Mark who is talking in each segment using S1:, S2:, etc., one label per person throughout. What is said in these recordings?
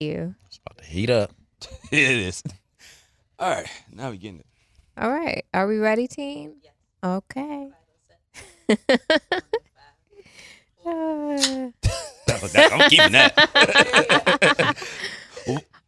S1: you.
S2: It's about to heat up.
S3: it is. All right, now we getting it.
S1: All right. Are we ready, team? Okay. Uh,
S3: That was- that- I'm keeping that.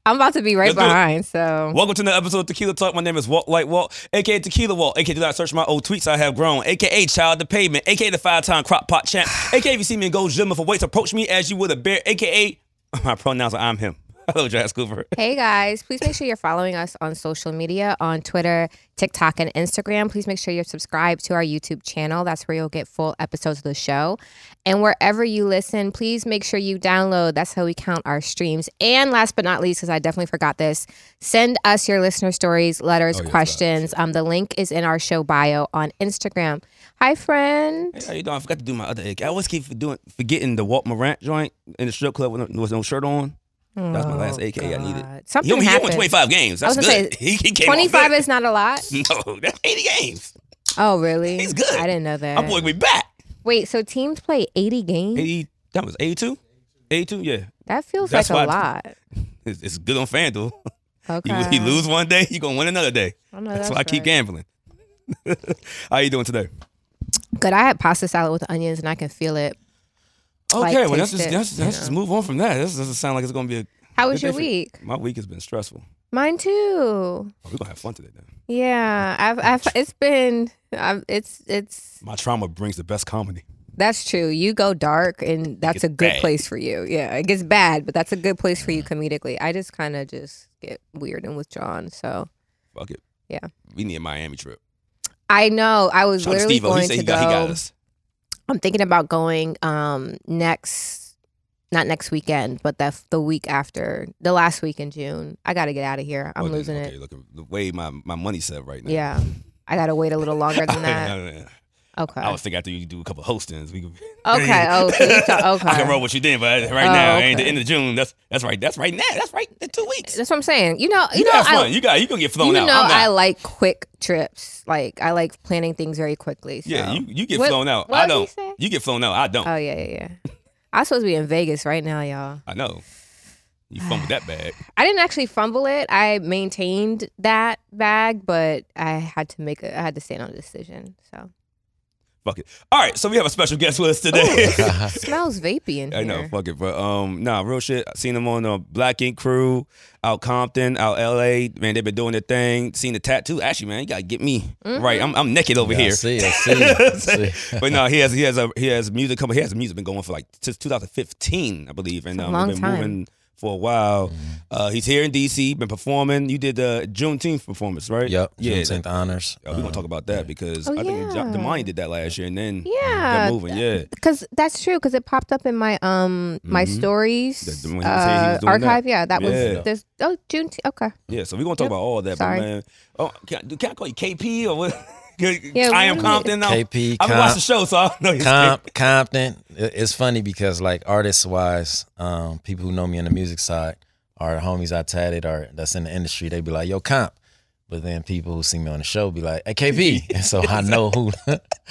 S1: I'm about to be right
S3: Let's do it.
S1: behind, so
S3: Welcome to another episode of Tequila Talk. My name is Walt Light Walt, aka Tequila Walt, aka did I search my old tweets I have grown, aka Child the Pavement, aka the five time crop pot champ, aka if you see me in Gold's Gym for weights, approach me as you would a bear, aka my pronouns are I'm him. Hello, Jazz Cooper.
S1: Hey guys, please make sure you're following us on social media on Twitter, TikTok, and Instagram. Please make sure you're subscribed to our YouTube channel. That's where you'll get full episodes of the show. And wherever you listen, please make sure you download. That's how we count our streams. And last but not least, because I definitely forgot this, send us your listener stories,
S3: Oh,
S1: letters, questions. Um, the link is in our show bio on Instagram. Hi, friend.
S3: Hey, how you doing? I forgot to do my other egg. I always keep doing, forgetting the Walt Morant joint in the strip club with no, with no shirt on. That's my last AK I needed.
S1: God.
S3: He
S1: Something
S3: only he won
S1: happened.
S3: 25 games.
S1: I was
S3: That's
S1: gonna
S3: good.
S1: say,
S3: he, he came off
S1: 25
S3: good.
S1: is not a lot.
S3: No, that's 80 games.
S1: Oh, really?
S3: He's good.
S1: I didn't know that.
S3: My boy, we back.
S1: Wait, so teams play 80 games?
S3: 80, that was 82? 82, yeah.
S1: That feels
S3: That's
S1: like a
S3: why-
S1: lot.
S3: It's, it's good on FanDuel. You,
S1: Okay.
S3: you lose one day, you're going to win another day.
S1: I know
S3: that's,
S1: that's
S3: why I keep
S1: right.
S3: gambling. How you doing today?
S1: Good. I had pasta salad with onions and I can feel it. Like,
S3: Okay, well, let's
S1: taste
S3: just,
S1: it,
S3: let's,
S1: you
S3: let's just
S1: know.
S3: move on from that. This doesn't sound like it's going to be a.
S1: How was
S3: good
S1: your
S3: day for you.
S1: week?
S3: My week has been stressful.
S1: Mine too.
S3: Oh, we're going to have fun today, then.
S1: Yeah. I've, I've it's been I've, it's it's
S3: My trauma brings the best comedy.
S1: that's true. You go dark and that's
S3: gets
S1: a good
S3: bad.
S1: place for you. Yeah. It gets bad, but that's a good place for you comedically. I just kind of just get weird and withdrawn. So
S3: Fuck it.
S1: Yeah.
S3: We need a Miami trip.
S1: I know I was
S3: Shout out to
S1: literally
S3: Steve-O.
S1: going
S3: he said
S1: to
S3: he got,
S1: go.
S3: he got us.
S1: I'm thinking about going um next not next weekend, but the the week after, the last week in June. I got to get out of here. I'm
S3: Oh, then,
S1: losing
S3: okay,
S1: it.
S3: Look, the way my, my money's set right now.
S1: Yeah. I got to wait a little longer than that. Okay.
S3: I was thinking after you do a couple hostings, we could.
S1: Okay, oh, so you thought-
S3: I
S1: okay.
S3: can roll what you did, but right
S1: Oh,
S3: now, ain't the
S1: okay.
S3: end of June. That's that's right. That's right now. That's right. In two weeks.
S1: That's what I'm saying. You know, you,
S3: You,
S1: know,
S3: got fun.
S1: I,
S3: you got you gonna get flown
S1: you
S3: out.
S1: know
S3: I'm not-
S1: I like quick trips. Like I like planning things very quickly. So.
S3: yeah, you, you get
S1: What-
S3: flown out.
S1: what
S3: I
S1: did he
S3: don't.
S1: say?
S3: You get flown out. I don't.
S1: Oh yeah, yeah, yeah. I'm supposed to be in Vegas right now, y'all.
S3: I know. You fumbled that bag.
S1: I didn't actually fumble it. I maintained that bag, but I had to make a I had to stand on a decision. So
S3: Fuck it. All right, so we have a special guest with us today.
S1: smells vapey in here.
S3: I know, fuck it. But um, nah, real shit. I seen them on the Black Ink Crew, out Compton, out LA. Man, they've been doing their thing. Seen the tattoo. Actually, man, you gotta get me
S1: Mm-hmm.
S3: right. I'm, I'm naked over
S2: Yeah, I
S3: here.
S2: see, I see, I see.
S3: but no, he has he has a he has music coming. He has music been going for like since 2015, I believe, and
S1: It's a
S3: um,
S1: long
S3: we've been
S1: time.
S3: moving for a while.
S2: Mm-hmm.
S3: Uh, he's here in DC, been performing. You did the Juneteenth performance, right?
S2: Yep.
S3: Yeah.
S2: Juneteenth honors.
S3: we're gonna talk about that because
S1: Oh,
S3: I think
S1: yeah.
S3: the money did that last year, and then
S1: Yeah.
S3: they're moving. Yeah.
S1: Cause that's true. Cause it popped up in my um my
S3: Mhm.
S1: stories
S3: That- when he said he
S1: uh,
S3: was doing
S1: archive. Yeah, that
S3: Yeah.
S1: was this. Oh, June. Okay.
S3: Yeah, so we're gonna talk
S1: Yep.
S3: about all that,
S1: Sorry.
S3: but man, oh, can I, can I call you KP or what?
S1: what
S3: I am
S1: is
S3: Compton now.
S2: KP,
S3: I've been watching the
S2: Comp,
S3: show, so I know you.
S2: Comp, Compton. It- It's funny because like artist wise, um, people who know me on the music side are homies I tatted or that's in the industry. They be like, "Yo, Comp." But then people who see me on the show be like, "Hey, KP," and so I know who.
S3: So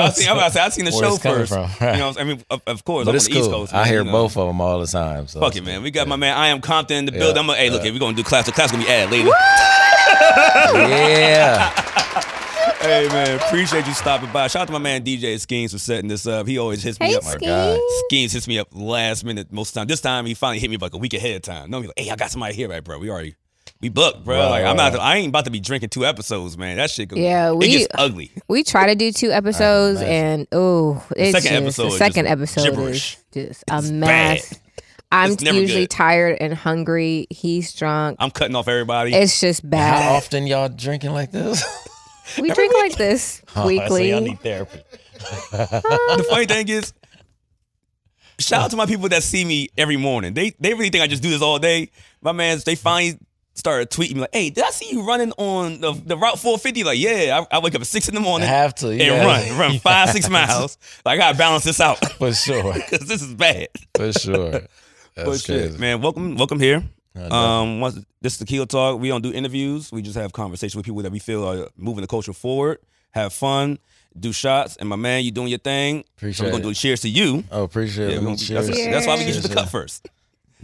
S3: I seen, I'm about to say, I seen the
S2: Where
S3: show
S2: it's coming
S3: first.
S2: from, right.
S3: You know, what I'm saying? I mean, of, of course,
S2: but
S3: I'm
S2: it's
S3: on the East
S2: cool.
S3: Coast.
S2: I
S3: man,
S2: hear
S3: you know.
S2: both of them all the time. So
S3: Fuck
S2: it's
S3: it, man.
S2: good.
S3: We got my man. I am Compton in the building. I'm gonna, hey, look, here, we're gonna do class. The class gonna be ad later.
S2: Yeah,
S3: hey, man, appreciate you stopping by. Shout out to my man DJ Skeens for setting this up. He always hits me
S1: Hey,
S3: up.
S1: Skeens.
S2: God.
S3: Skeens hits me up last minute most of the time. This time he finally hit me like a week ahead of time. No, he's like, hey, I got somebody here, right, bro? We already we booked, bro.
S2: Right,
S3: like I'm not,
S2: right.
S3: I ain't about to be drinking two episodes, man. That shit, could,
S1: Yeah,
S3: it
S1: we-
S3: gets ugly.
S1: We try to do two episodes, and oh, it's
S3: second
S1: just,
S3: episode
S1: the
S3: is
S1: second
S3: just
S1: episode
S3: gibberish.
S1: is just a
S3: It's
S1: mess.
S3: bad.
S1: I'm
S3: It's never
S1: usually
S3: good.
S1: tired and hungry. He's drunk.
S3: I'm cutting off everybody.
S1: It's just
S2: how
S1: bad.
S2: often y'all drinking like this?
S1: We drink like this
S3: Oh,
S1: weekly.
S2: I need therapy.
S3: the funny thing is, shout out to my people that see me every morning. They they really think I just do this all day. My man's they finally started tweeting me like, "Hey, did I see you running on the, the route 450?" Like, yeah, I, I wake up at six in the
S2: I
S3: morning
S2: have to.
S3: and run, run five six miles. Like, I gotta balance this out
S2: for sure.
S3: because this is bad.
S2: For sure. That's
S3: But shit,
S2: crazy.
S3: man, welcome, welcome here.
S2: No,
S3: Um, once this is the Keel Talk, we don't do interviews. We just have conversations with people that we feel are moving the culture forward. Have fun, do shots, and my man, you doing your thing. so
S2: Appreciate
S3: we're gonna
S2: it.
S3: do cheers to you.
S2: Oh, appreciate
S3: Yeah,
S2: it.
S3: we gonna,
S2: Cheers.
S3: that's, that's why we get you
S2: Cheers,
S3: the cup first.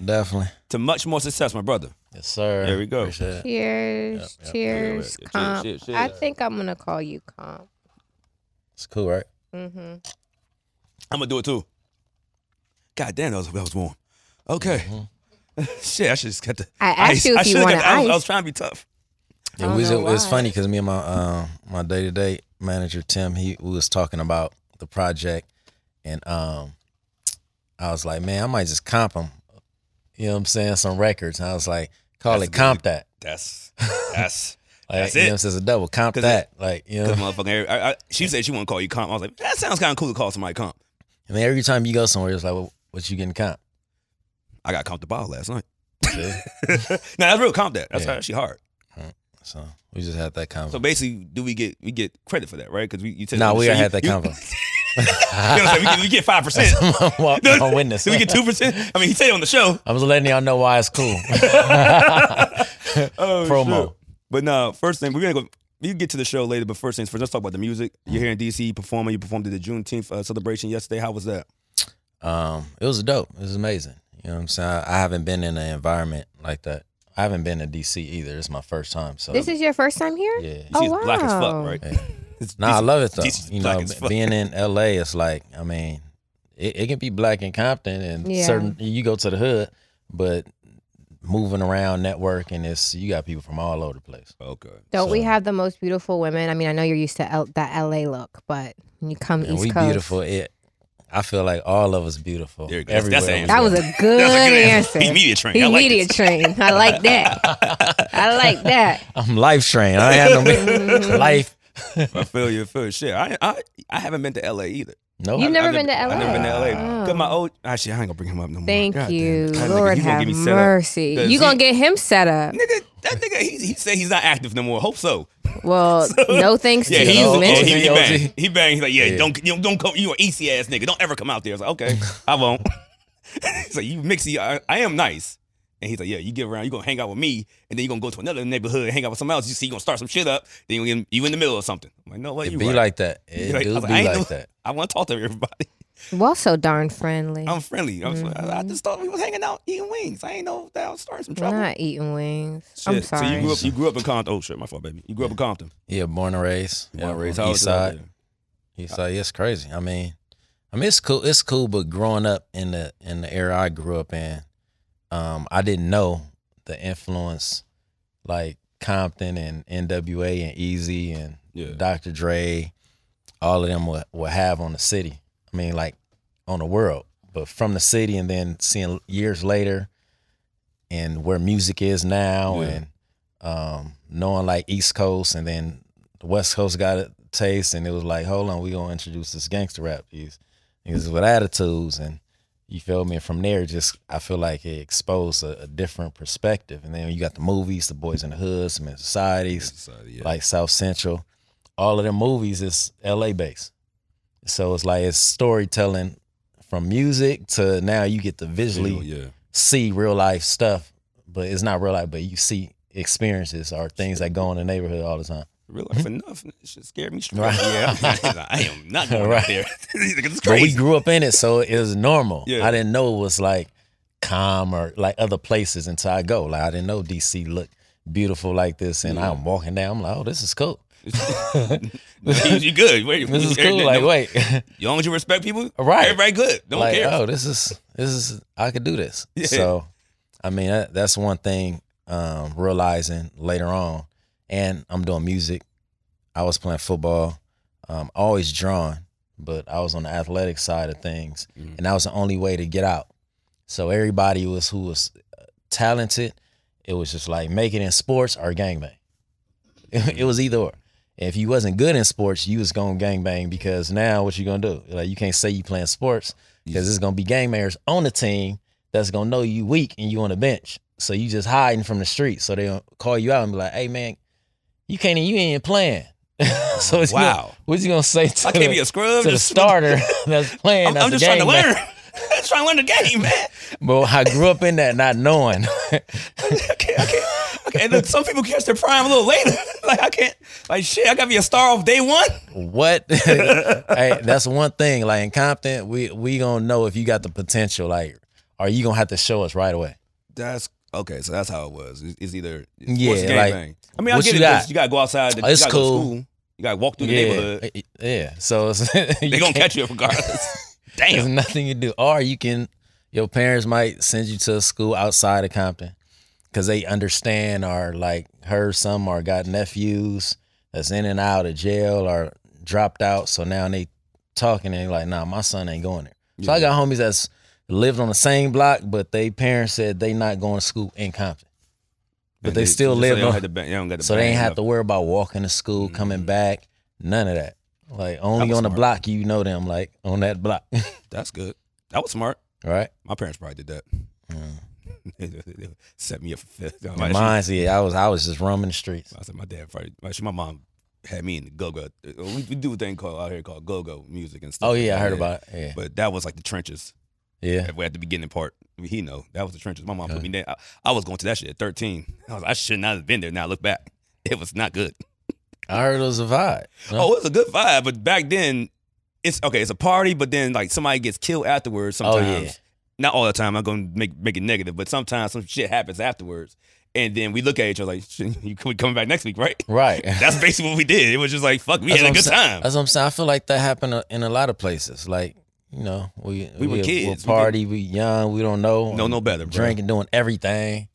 S2: Definitely.
S3: to much more success, my brother.
S2: Yes, sir.
S3: There we go.
S2: Appreciate it.
S1: Cheers,
S2: Yep, yep.
S1: cheers,
S3: Cheers,
S1: comp.
S3: cheers, cheers.
S1: I think I'm gonna call you comp.
S2: It's cool, right?
S1: Mm-hmm.
S3: I'm gonna do it too. God damn, that was, that was warm. Okay.
S2: Mm-hmm.
S3: Shit, I should just got the.
S1: I asked
S3: ice.
S1: you
S3: I
S1: if you
S3: should've got
S1: wanted
S3: the- I was, I
S1: ice.
S3: was trying to be tough.
S1: I
S2: Yeah,
S1: don't
S2: we was,
S1: know
S2: it's
S1: why.
S2: funny because me and my um my day to day manager Tim, he we was talking about the project, and um I was like, man, I might just comp him. You know what I'm saying? Some records. And I was like, call
S3: That's a
S2: it
S3: good-
S2: comp that.
S3: That's that's
S2: Like,
S3: That's
S2: you know
S3: it.
S2: what I'm saying? It's a double comp
S3: 'Cause
S2: that. like, you know.
S3: because motherfucking. I, I, she said she wouldn't call you comp. I was like, that sounds kind of cool to call somebody comp.
S2: And then every time you go somewhere, it's like, well, what you getting comp?
S3: I got comp the ball last night.
S2: See?
S3: no, that's real comp. That that's
S2: Yeah.
S3: how she hard.
S2: so we just had that
S3: So
S2: convo.
S3: basically, do we get we get credit for that, right? Because we you said
S2: nah, we
S3: you-
S2: already had that
S3: you-
S2: convo.
S3: you know what I'm saying? We get- we get five percent.
S2: my, my witness.
S3: Do we get two percent? I mean, he said it on the show.
S2: I'm just letting y'all know why it's cool.
S3: Oh,
S2: Promo.
S3: shit. But no, first thing we're gonna go. You get to the show later, but first things first, let's talk about the music. You're here in DC performing. You performed at the Juneteenth uh, celebration yesterday. How was that?
S2: Um, it was dope. It was amazing. You know what I'm saying? I, I haven't been in an environment like that. I haven't been to DC either. It's my first time. So
S1: This
S3: Um,
S1: is your first time here.
S2: yeah.
S3: You see,
S1: Oh,
S3: it's black as fuck,
S1: wow.
S3: right?
S2: Yeah.
S3: It's
S2: Nah, I
S3: DC
S2: love it though.
S3: DC is
S2: you
S3: black
S2: know,
S3: as
S2: be-
S3: fuck.
S2: being in LA, it's like I mean, it, it can be black in Compton, and
S1: Yeah.
S2: certain you go to the hood, but moving around, networking, it's you got people from all over the place.
S3: Okay.
S1: Don't we
S2: So-
S1: have the most beautiful women? I mean, I know you're used to L- that LA look, but when you come
S2: And
S1: East
S2: we
S1: Coast,
S2: beautiful. It, I feel like all of us beautiful.
S3: There you go. That's- that's the
S2: Everywhere we
S1: That
S2: go.
S1: was a good, answer.
S3: He's media trained.
S1: He
S3: I like
S1: media
S3: this.
S1: trained. I like that. I like that.
S2: I'm life trained. I ain't had no life.
S3: I feel you. I feel you. Shit. I, I I haven't been to LA either.
S2: No,
S1: You
S3: I-
S1: never
S3: I've
S1: been to
S3: I've never been to LA.
S1: LA.
S3: Cause my old actually, I ain't gonna bring him up no more.
S1: Thank
S3: God
S1: you,
S3: damn. God, nigga,
S1: Lord
S3: you gonna
S1: have
S3: get me set up.
S1: mercy.
S3: Does
S1: You gonna
S3: he-
S1: get him set up?
S3: Nigga, that nigga, he, he said he's not active no more. Hope so.
S1: Well, no thanks
S3: Yeah,
S1: to
S3: he's
S1: you,
S2: old-
S3: yeah,
S1: man.
S2: old-
S3: he, he
S2: OG.
S3: banged. He banged. He's like, yeah,
S2: Yeah.
S3: don't you don't come. You an easy ass nigga. Don't ever come out there. I was like, okay, I won't. he's like, you mixy. I, I am nice. And he's like, yeah, you get around. You gonna hang out with me, and then you gonna go to another neighborhood, hang out with someone else. You see, you gonna start some shit up. Then you in, you in the middle of something. I'm like, no, what
S2: it
S3: you
S2: be
S3: right.
S2: like that.
S3: You
S2: It
S3: right. I
S2: do
S3: was
S2: be
S3: like, I ain't
S2: like
S3: no-
S2: that.
S3: I want to talk to everybody.
S1: Well, so darn friendly.
S3: I'm friendly. I, was, I, I
S2: Mm-hmm.
S3: just thought we was hanging out eating wings. I ain't know that I was starting some
S1: We're
S3: trouble.
S1: not eating wings. I'm
S3: Shit.
S1: sorry.
S3: So you grew up, you grew up in Compton. Oh shit, my fault, baby. You grew up in Compton.
S2: Yeah, born and raised.
S3: Born and raised. How
S2: East
S3: was it out
S2: side.
S3: there? Uh,
S2: East side. Yeah, it's crazy. I mean, I mean, it's cool. It's cool, but growing up in the in the era I grew up in, um, I didn't know the influence like Compton and N.W.A. and Easy and
S3: Yeah.
S2: Dr. Dre, all of them would, would have on the city. I mean, like on the world, but from the city, and then seeing years later, and where music is now,
S3: Yeah.
S2: and um, knowing like East Coast, and then the West Coast got a taste, and it was like, hold on, we gonna introduce this gangster rap piece, niggas with attitudes, and you feel me. And from there, just I feel like it exposed a, a different perspective, and then you got the movies, the Boys in the Hood, some in Societies, like South Central. All of their movies is LA based. So it's like it's storytelling from music to now you get to visually
S3: yeah.
S2: see real life stuff, but it's not real life, but you see experiences or things that go in the neighborhood all the time.
S3: Real life enough. It should scare me straight.
S2: Mm-hmm. Right.
S3: Yeah. I am not going out
S2: Right.
S3: there. it's
S2: But we
S3: crazy.
S2: grew up in it, so it was normal.
S3: Yeah.
S2: I didn't know it was like calm or like other places until I go. Like I didn't know DC looked beautiful like this, and
S3: Yeah.
S2: I'm walking down. I'm like, oh, this is cool.
S3: you, you good. Wait,
S2: This is
S3: you-
S2: cool. Like, wait,
S3: As long as you respect people,
S2: Right.
S3: everybody good. Don't
S2: like,
S3: care.
S2: oh, this is this is I could do this.
S3: Yeah.
S2: So, I mean, that, that's one thing um, realizing later on. And I'm doing music. I was playing football. Um, always drawn, but I was on the athletic side of things,
S3: Mhm.
S2: and that was the only way to get out. So everybody was who was talented. It was just like make it in sports or gangbang. it was either or. If you wasn't good in sports, you was gonna gangbang because now what you gonna do? Like you can't say you playing sports because it's gonna be gangbangers on the team that's gonna know you weak and you on the bench. So you just hiding from the street. So they gonna call you out and be like, "Hey man, you can't even you ain't even playing." so it's wow,
S3: wow.
S2: what you gonna say to,
S3: I can't
S2: the,
S3: be a scrub.
S2: to the
S3: Just-
S2: starter that's playing?
S3: I'm,
S2: that's
S3: I'm
S2: a
S3: just trying to
S2: gangbang?
S3: learn. I'm just trying to learn the game, man.
S2: But I grew up in that not knowing.
S3: I can't, I can't. I can't. And look, some people catch their prime a little later. like, I can't. Like, shit, I got to be a star off day one.
S2: what? hey, that's one thing. Like in Compton, we we gonna know if you got the potential. Like, are you gonna have to show us right away?
S3: That's okay. So that's how it was. It's, it's either it's
S2: Yeah,
S3: what's the game
S2: like,
S3: bang? I mean, I
S2: what
S3: get
S2: you
S3: it. 'cause
S2: got?
S3: You gotta go outside. The,
S2: Oh, it's
S3: you gotta go to
S2: cool.
S3: school. You gotta walk through the
S2: yeah,
S3: neighborhood.
S2: Uh, yeah. So it's,
S3: They gonna catch you regardless. Damn.
S2: There's nothing you do, or you can. Your parents might send you to a school outside of Compton because they understand or like heard some or got nephews that's in and out of jail or dropped out. So now they talking and they like, nah, my son ain't going there. So I
S3: Yeah.
S2: got homies that's lived on the same block, but they parents said they not going to school in Compton. But
S3: And
S2: they still
S3: so
S2: live
S3: They don't
S2: on-
S3: have to bang- they don't got to
S2: So they
S3: bang
S2: ain't have
S3: up. Mm.
S2: to worry about walking to school, coming back, none of that. Like only
S3: was
S2: on the
S3: smart.
S2: block you know them, like on that block,
S3: That's good. That was smart.
S2: right?
S3: My parents probably did that. They Set me up for failure. My-
S2: Mine, yeah, I was I was just roaming the streets.
S3: I said my dad probably. My, she- my mom had me in the go-go. Uh, We, we do a thing called out here called go-go music and stuff.
S2: Oh
S3: like
S2: yeah, I
S3: that.
S2: heard about it. Yeah,
S3: But that was like the trenches.
S2: yeah.
S3: at the beginning part. I mean, he know that was the trenches. My mom
S2: Yeah.
S3: put me there. I, I was going to that shit at 13. I was. I should not have been there. Now I look back, it was not good.
S2: I heard it was a vibe. No.
S3: Oh, it was a good vibe, but back then, it's okay. It's a party, but then like somebody gets killed afterwards.
S2: Oh,
S3: Sometimes,
S2: yeah.
S3: not all the time. I'm gonna make make it negative, but sometimes some shit happens afterwards, and then we look at each other like, shit, "You we coming back next week, right?"
S2: right.
S3: That's basically what we did. It was just like, "Fuck, we
S2: That's
S3: had a
S2: what
S3: good
S2: I'm saying.
S3: time."
S2: That's what I'm saying. I feel like that happened uh, in a lot of places. Like you know, we
S3: We were
S2: we'll
S3: kids. We
S2: party, we young, we don't know,
S3: No, no better, bro.
S2: drinking, doing everything,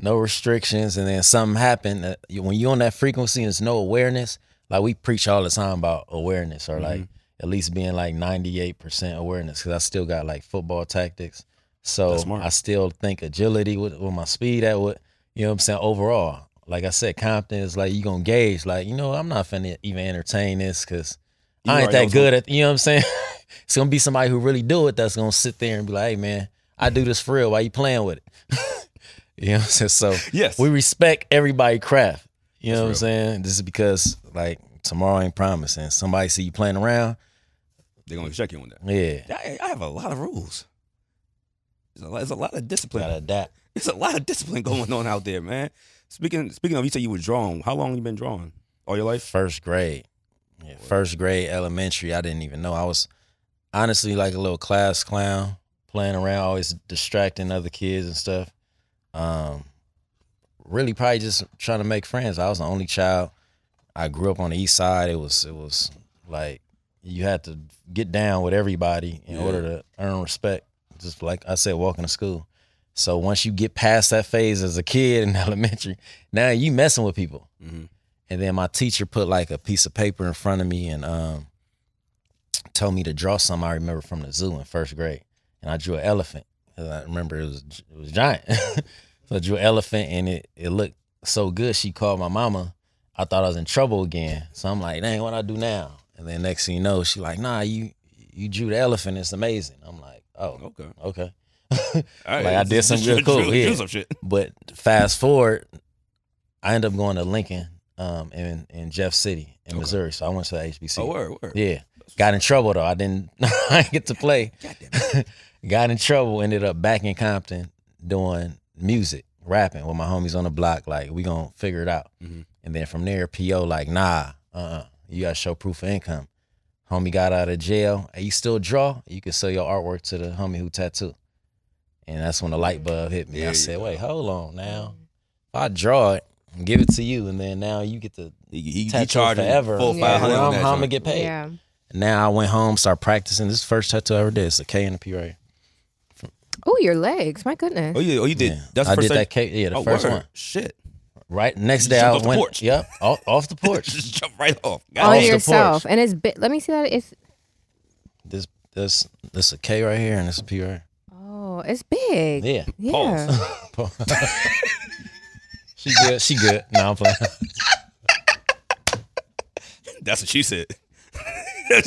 S2: no restrictions, and then something happened. that- you- When you on that frequency and there's no awareness, like we preach all the time about awareness or like
S3: Mm-hmm.
S2: at least being like 98% awareness because I still got like football tactics. So
S3: That's smart.
S2: I still think agility with, with my speed at what, you know what I'm saying? Overall, like I said, Compton is like you going to gauge, like, you know, I'm not finna even entertain this because
S3: You
S2: I ain't
S3: already know
S2: that
S3: it's
S2: good at, you know what I'm saying? it's going to be somebody who really do it that's going to sit there and be like, hey, man, I do this for real. Why you playing with it? you know what I'm saying? So
S3: Yes,
S2: we respect everybody craft. You know what I'm
S3: That's
S2: saying? This is because like tomorrow ain't promising. Somebody see you playing around.
S3: they're gonna check you on that.
S2: Yeah.
S3: I, I have a lot of rules. There's a lot, there's a lot of discipline.
S2: Gotta adapt.
S3: There's a lot of discipline going on out there, man. Speaking speaking of, you said you were drawing. How long you been drawing? All your life?
S2: First grade. Yeah, first grade elementary. I didn't even know. I was honestly like a little class clown, playing around, always distracting other kids and stuff. Um really probably just trying to make friends. I was the only child. I grew up on the east side. It was it was like you had to get down with everybody in
S3: Yeah.
S2: order to earn respect. Just like I said, walking to school. So once you get past that phase as a kid in elementary, now you messing with people.
S3: Mhm.
S2: And then my teacher put like a piece of paper in front of me and um, told me to draw something I remember from the zoo in first grade. And I drew an elephant. 'Cause I remember it was it was giant. so I drew an elephant and it, it looked so good. She called my mama. I thought I was in trouble again. So I'm like, dang, what I do now? And then next thing you know, she like, nah, you you drew the elephant. It's amazing. I'm like, oh,
S3: Okay.
S2: okay.
S3: All
S2: Like, I did some
S3: Just-
S2: good
S3: just-
S2: cool,
S3: just-
S2: yeah.
S3: Do some shit.
S2: But fast forward, I ended up going to Lincoln um, in in Jeff City in
S3: Okay.
S2: Missouri. So I went to the HBC.
S3: Oh, word, word.
S2: Yeah, got in trouble though. I didn't I didn't get to play.
S3: God damn it.
S2: got in trouble. Ended up back in Compton doing music, rapping with my homies on the block. Like we gonna figure it out.
S3: Mhm.
S2: And then from there, PO like, nah, uh, uh you gotta show proof of income. Homie got out of jail. Hey, you still draw? You can sell your artwork to the homie who tattoo. And that's when the light bulb hit me.
S3: There
S2: I
S3: you
S2: said,
S3: go.
S2: wait, hold on now. If I draw it and give it to you, and then now you get to
S3: He, he, he
S2: tattoo
S3: charging
S2: forever.
S3: full
S1: Yeah.
S3: five hundred.
S2: How
S3: on
S2: I'm,
S3: that
S2: how I'm gonna
S3: joint.
S2: get paid?
S1: Yeah.
S2: Now I went home, started practicing. This is the first tattoo I ever did. It's a K and a P right. here.
S1: Oh, your legs. My goodness.
S3: Oh yeah, oh you did.
S2: Yeah.
S3: That's the
S2: I did
S3: first thing-
S2: that K. Yeah, the
S3: oh,
S2: first
S3: word.
S2: one.
S3: Shit.
S2: Right next
S3: You
S2: day, I
S3: jumped off
S2: went.
S3: the porch.
S2: Yep, off, off the porch.
S3: Just jump right off. God
S2: All
S1: On
S2: off the
S3: damn.
S2: your-
S1: yourself.
S2: porch.
S1: And it's big. Let me see that. It's
S2: this this this a K right here and this a P right
S1: oh, it's big.
S2: here. Yeah.
S1: Yeah.
S3: Pause.
S2: she good. She good. No, I'm playing.
S3: That's what she said.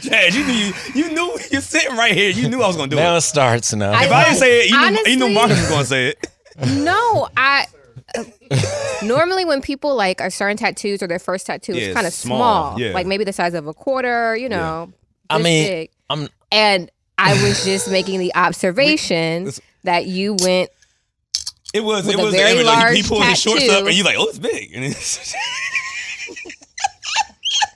S3: Chad, you knew you, you knew you're sitting right here. You knew I was gonna do
S2: Now
S3: it.
S2: it starts now.
S3: If I didn't say it, you knew, you knew
S1: Honestly-
S3: Marcus was gonna say it.
S1: No, I. uh, normally, when people like are starting tattoos or their first tattoo,
S3: Yeah,
S1: it's kind of
S3: small,
S1: small,
S3: yeah.
S1: like maybe the size of a quarter. You know,
S2: I
S1: this
S2: mean,
S1: big.
S2: I'm
S1: and I was just making the observation
S3: it's-
S1: that you went.
S3: It was
S1: With
S3: it
S1: a
S3: was
S1: very
S3: it was like he
S1: large
S3: pulled his shorts
S1: tattoo.
S3: up and you like, oh, it's big. And it's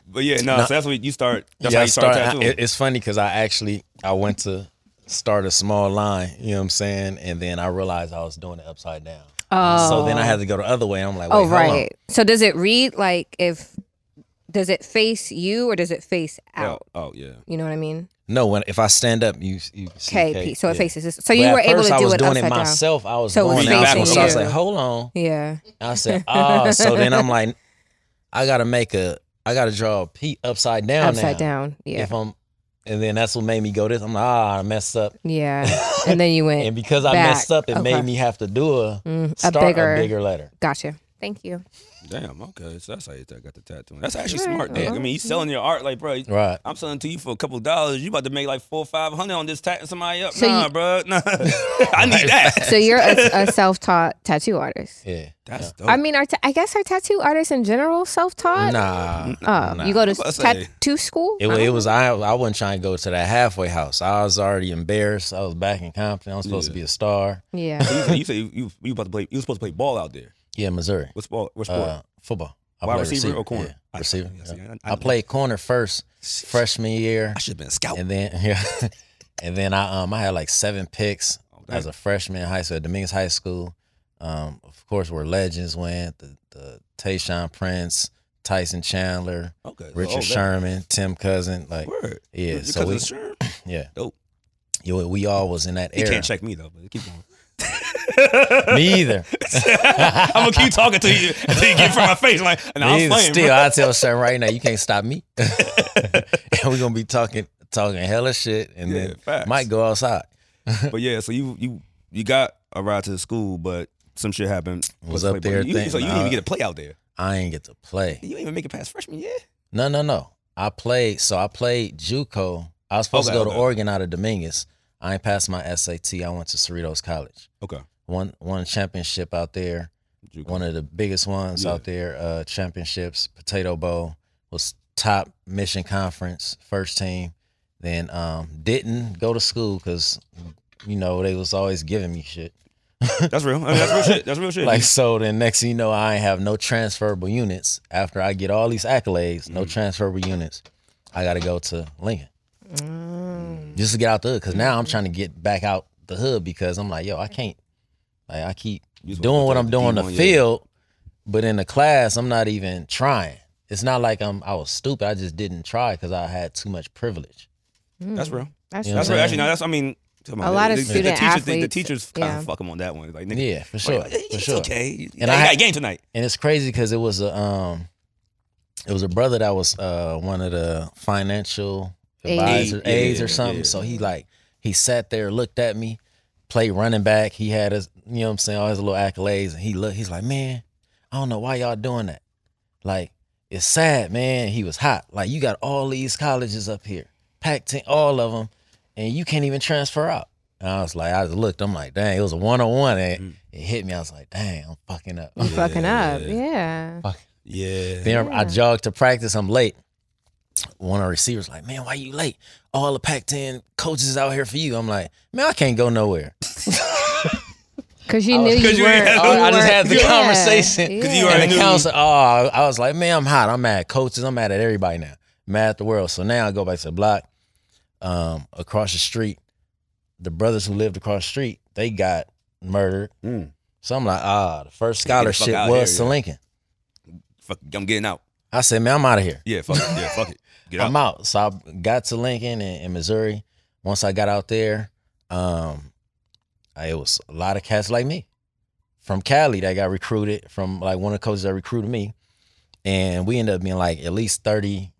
S3: but yeah, no, so that's when you start. That's
S2: yeah,
S3: how
S2: I
S3: you start,
S2: start- I-
S3: tattooing.
S2: it- it's funny because I actually I went to start a small line, you know what I'm saying? And then I realized I was doing it upside down.
S1: Oh.
S2: So then I had to go the other way. I'm like, Wait,
S1: Oh
S2: hold on.
S1: right. So does it read like if does it face you or does it face
S3: Oh,
S1: out?
S3: oh yeah.
S1: You know what I mean?
S2: No, when if I stand up, you, you see
S1: Okay,
S2: Kate,
S1: P. So it
S2: yeah.
S1: faces this. So
S2: But
S1: you
S2: at
S1: were able
S2: first,
S1: to
S2: I
S1: do
S2: was
S1: it
S2: doing
S1: upside
S2: it
S1: down.
S2: myself. I was
S1: So it was
S2: going out.
S3: facing
S2: So I was
S3: you.
S2: like, hold on.
S1: Yeah.
S2: I said, ah. so then I'm like, I gotta make a, I gotta draw a P upside down.
S1: upside
S2: now.
S1: down. Yeah.
S2: If I'm, and then that's what made me go this. I'm like, ah, I messed up.
S1: Yeah. And then you
S2: and
S1: went
S2: because I
S1: back.
S2: messed up, it
S1: Okay.
S2: made me have to do a
S1: mm, a
S2: start
S1: bigger.
S2: a bigger letter.
S1: Gotcha. Thank you.
S3: Damn. Okay. So that's how you got the tattoo. That's actually
S1: Right,
S3: smart. Dad. I
S1: uh-huh.
S3: mean, you selling your art like, bro.
S2: Right.
S3: I'm selling to you for a couple dollars. You about to make like four, five hundred on this tatting somebody up.
S1: So
S3: nah,
S1: you-
S3: bro. Nah. I need that.
S1: So you're a, a self-taught tattoo artist.
S2: Yeah.
S3: That's dope.
S1: I mean, are ta- I guess are tattoo artists in general self-taught?
S2: Oh. Nah.
S1: Oh,
S2: nah.
S1: you go to
S3: I'm about to say.
S1: tattoo school?
S2: It, wa- it was I. I wasn't trying to go to that halfway house. I was already embarrassed. I was back in Compton. I was supposed to
S3: Yeah.
S2: be a star.
S1: yeah.
S3: you say, you, say you, you, you about to play? You was supposed to play ball out there.
S2: Yeah, Missouri.
S3: What's ball? What sport?
S2: Uh, football. I
S3: Wide
S2: play
S3: receiver or corner?
S2: Yeah,
S3: I-
S2: receiver.
S3: I see.
S2: yeah.
S3: I- I
S2: I,
S3: know.
S2: played corner first freshman year,
S3: I should have been a scout.
S2: and then yeah, and then I um I had like seven picks
S3: damn.
S2: as a freshman in high school at Dominguez High School. Um, of course, where legends went the the Tayshawn Prince, Tyson Chandler,
S3: okay. so-
S2: Richard
S3: oh, that-
S2: Sherman, Tim Cousin, like
S3: Word.
S2: Yeah,
S3: Your- your
S2: so we-
S3: cousin Sherm?
S2: yeah,
S3: Dope.
S2: Yo, we all was in that
S3: He
S2: era.
S3: can't check me though. But keep going.
S2: Me either.
S3: I'm gonna keep talking to you until you get from my face. Like, and
S2: Me
S3: I'm
S2: either.
S3: playing.
S2: Still,
S3: bro.
S2: I tell Sherman right now, you can't stop me. and we're gonna be talking talking hella shit, and
S3: Yeah,
S2: then
S3: facts.
S2: might go outside.
S3: But yeah, so you you you got a ride to the school, but some shit happened.
S2: Was
S3: Let's
S2: up
S3: play
S2: there
S3: ball. You-
S2: thinking,
S3: so you didn't even
S2: uh,
S3: get to play out there.
S2: I ain't get to play.
S3: You didn't even make it past freshman year.
S2: No, no, no. I played. So I played JUCO. I was supposed
S3: Okay,
S2: to go
S3: okay.
S2: to Oregon out of Dominguez. I ain't passed my SAT. I went to Cerritos College.
S3: Okay.
S2: Won won a championship out there.
S3: Juco.
S2: One of the biggest ones
S3: Yeah.
S2: out there. Uh, championships. Potato Bowl was top Mission Conference first team. Then um, didn't go to school because you know they was always giving me shit.
S3: That's real. I mean, that's real shit. That's real shit.
S2: Like so, then next thing you know, I ain't have no transferable units. After I get all these accolades, no transferable units, I gotta go to Lincoln
S1: Mm-hmm.
S2: just to get out the hood. Cause now I'm trying to get back out the hood because I'm like, yo, I can't. Like I keep
S3: just
S2: doing
S3: wanna
S2: what
S3: go
S2: I'm
S3: to
S2: doing on the
S3: D1, yeah.
S2: field, but in the class, I'm not even trying. It's not like I'm I was stupid. I just didn't try because I had too much privilege.
S3: that's real.
S1: That's
S2: Yeah.
S3: That's
S1: true.
S3: real. Actually, no. That's I mean, come on,
S1: A lot of
S3: the- the-
S1: student
S3: the teachers, The, the
S1: athletes,
S3: teachers kind
S1: yeah.
S3: of fuck them on that one. Like, nigga,
S2: Yeah, for sure,
S3: like, "Hey,
S2: for
S3: it's
S2: sure.
S3: okay.
S2: And
S3: And
S2: I
S3: I
S2: had-
S3: got a game tonight.
S2: and it's crazy because it was a um, it was a brother that was uh one of the financial
S1: Aid.
S2: advisor
S3: Yeah,
S2: aides
S3: yeah.
S2: or something. So he like he sat there, looked at me, played running back. He had his, you know, what I'm saying all his little accolades, and he looked. He's like, man, I don't know why y'all doing that. Like it's sad, man. He was hot. Like you got all these colleges up here, packed in all of them, and you can't even transfer out. And I was like, I just looked. I'm like, dang, it was a one on one, and
S3: Mm.
S2: it hit me. I was like, dang, I'm fucking up.
S1: You fucking up.
S3: Yeah.
S1: Yeah.
S3: Yeah.
S2: Then I jogged to practice. I'm late. One of the receivers like, man, why you late? All the Pac-10 coaches out here for you. I'm like, man, I can't go nowhere.
S1: Because you knew you,
S3: you
S1: were.
S3: ain't had-
S1: oh, you
S2: I just
S1: were-
S2: had the
S1: yeah,
S2: conversation.
S3: 'Cause you
S1: yeah.
S3: already
S2: And the
S3: knew.
S2: counselor, oh, I was like, man, I'm hot. I'm mad at coaches. I'm mad at everybody now. Mad at the world. So now I go back to the block. Um, across the street, the brothers who lived across the street, they got murdered.
S3: Mm.
S2: So I'm like, ah, the first
S3: Get the fuck
S2: scholarship
S3: out
S2: was
S3: here,
S2: to
S3: yeah.
S2: Lincoln.
S3: Fuck, I'm getting out.
S2: I said, man, I'm out of here.
S3: Yeah. Fuck it. Yeah. Fuck it. Get out.
S2: I'm out. So I got to Lincoln in, in Missouri. Once I got out there, um, I- it was a lot of cats like me from Cali that got recruited from like one of the coaches that recruited me. And we ended up being like at least 30,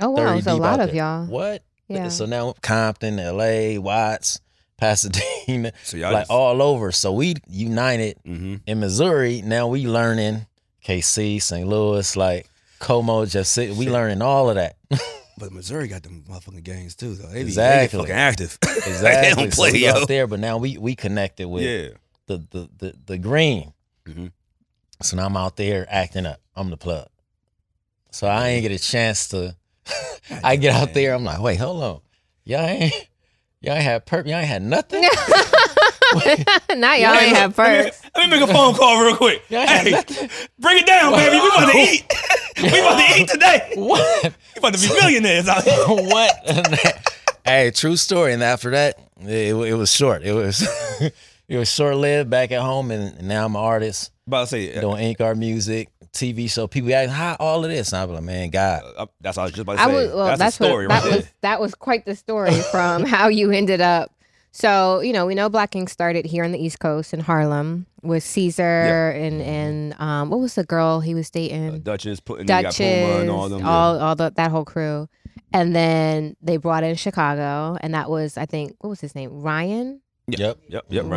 S1: Oh,
S2: 30
S1: wow. It was a
S2: deep
S1: lot
S2: out
S1: of
S2: there.
S1: y'all.
S2: What?
S1: Uh, Yeah.
S2: So now Compton, LA, Watts, Pasadena,
S3: So y'all
S2: like
S3: just-
S2: all over. So we united
S3: Mm-hmm.
S2: in Missouri. Now we learning KC, St. Louis, like Como, just sit, we learning all of that.
S3: But Missouri got them motherfucking gangs too, though. They be,
S2: Exactly.
S3: They be fucking active.
S2: Exactly.
S3: they don't
S2: So
S3: play,
S2: we
S3: yo.
S2: out there, but now we we connected with
S3: Yeah.
S2: the, the the the green.
S3: Mhm.
S2: So now I'm out there acting up. I'm the plug. So I
S3: Mm-hmm.
S2: ain't get a chance to. I get out there. I'm like, wait, hold on, y'all ain't y'all ain't had perp. Y'all ain't had nothing.
S1: Not y'all ain't have
S3: Let me-
S1: first.
S3: Let me make a phone call real quick.
S2: Y'all had
S3: Hey,
S2: nothing.
S3: bring it down, baby. We about to eat. we about to eat today.
S2: What?
S3: We about to be millionaires out here.
S2: what? hey, true story. And after that, it, it was short. It was it was short lived back at home, and now I'm an artist
S3: About to say, uh,
S2: doing ink art music, TV show. People ask how all of this, and I be like, man, God,
S3: uh, that's what I was just about to say.
S1: I would, well,
S3: that's,
S1: that's,
S3: the story
S1: what,
S3: right
S1: that
S3: there.
S1: was that was quite the story from how you ended up. So you know, we know Black Ink started here on the East Coast in Harlem with Caesar and and um, what was the girl he was dating?
S3: Duchess, putting
S1: Duchess,
S3: and all
S1: all
S3: them.
S1: all, the, that whole crew, and then they brought in Chicago, and that was I think what was his name Ryan,
S2: yep.
S3: yep, yep.
S1: Ryan,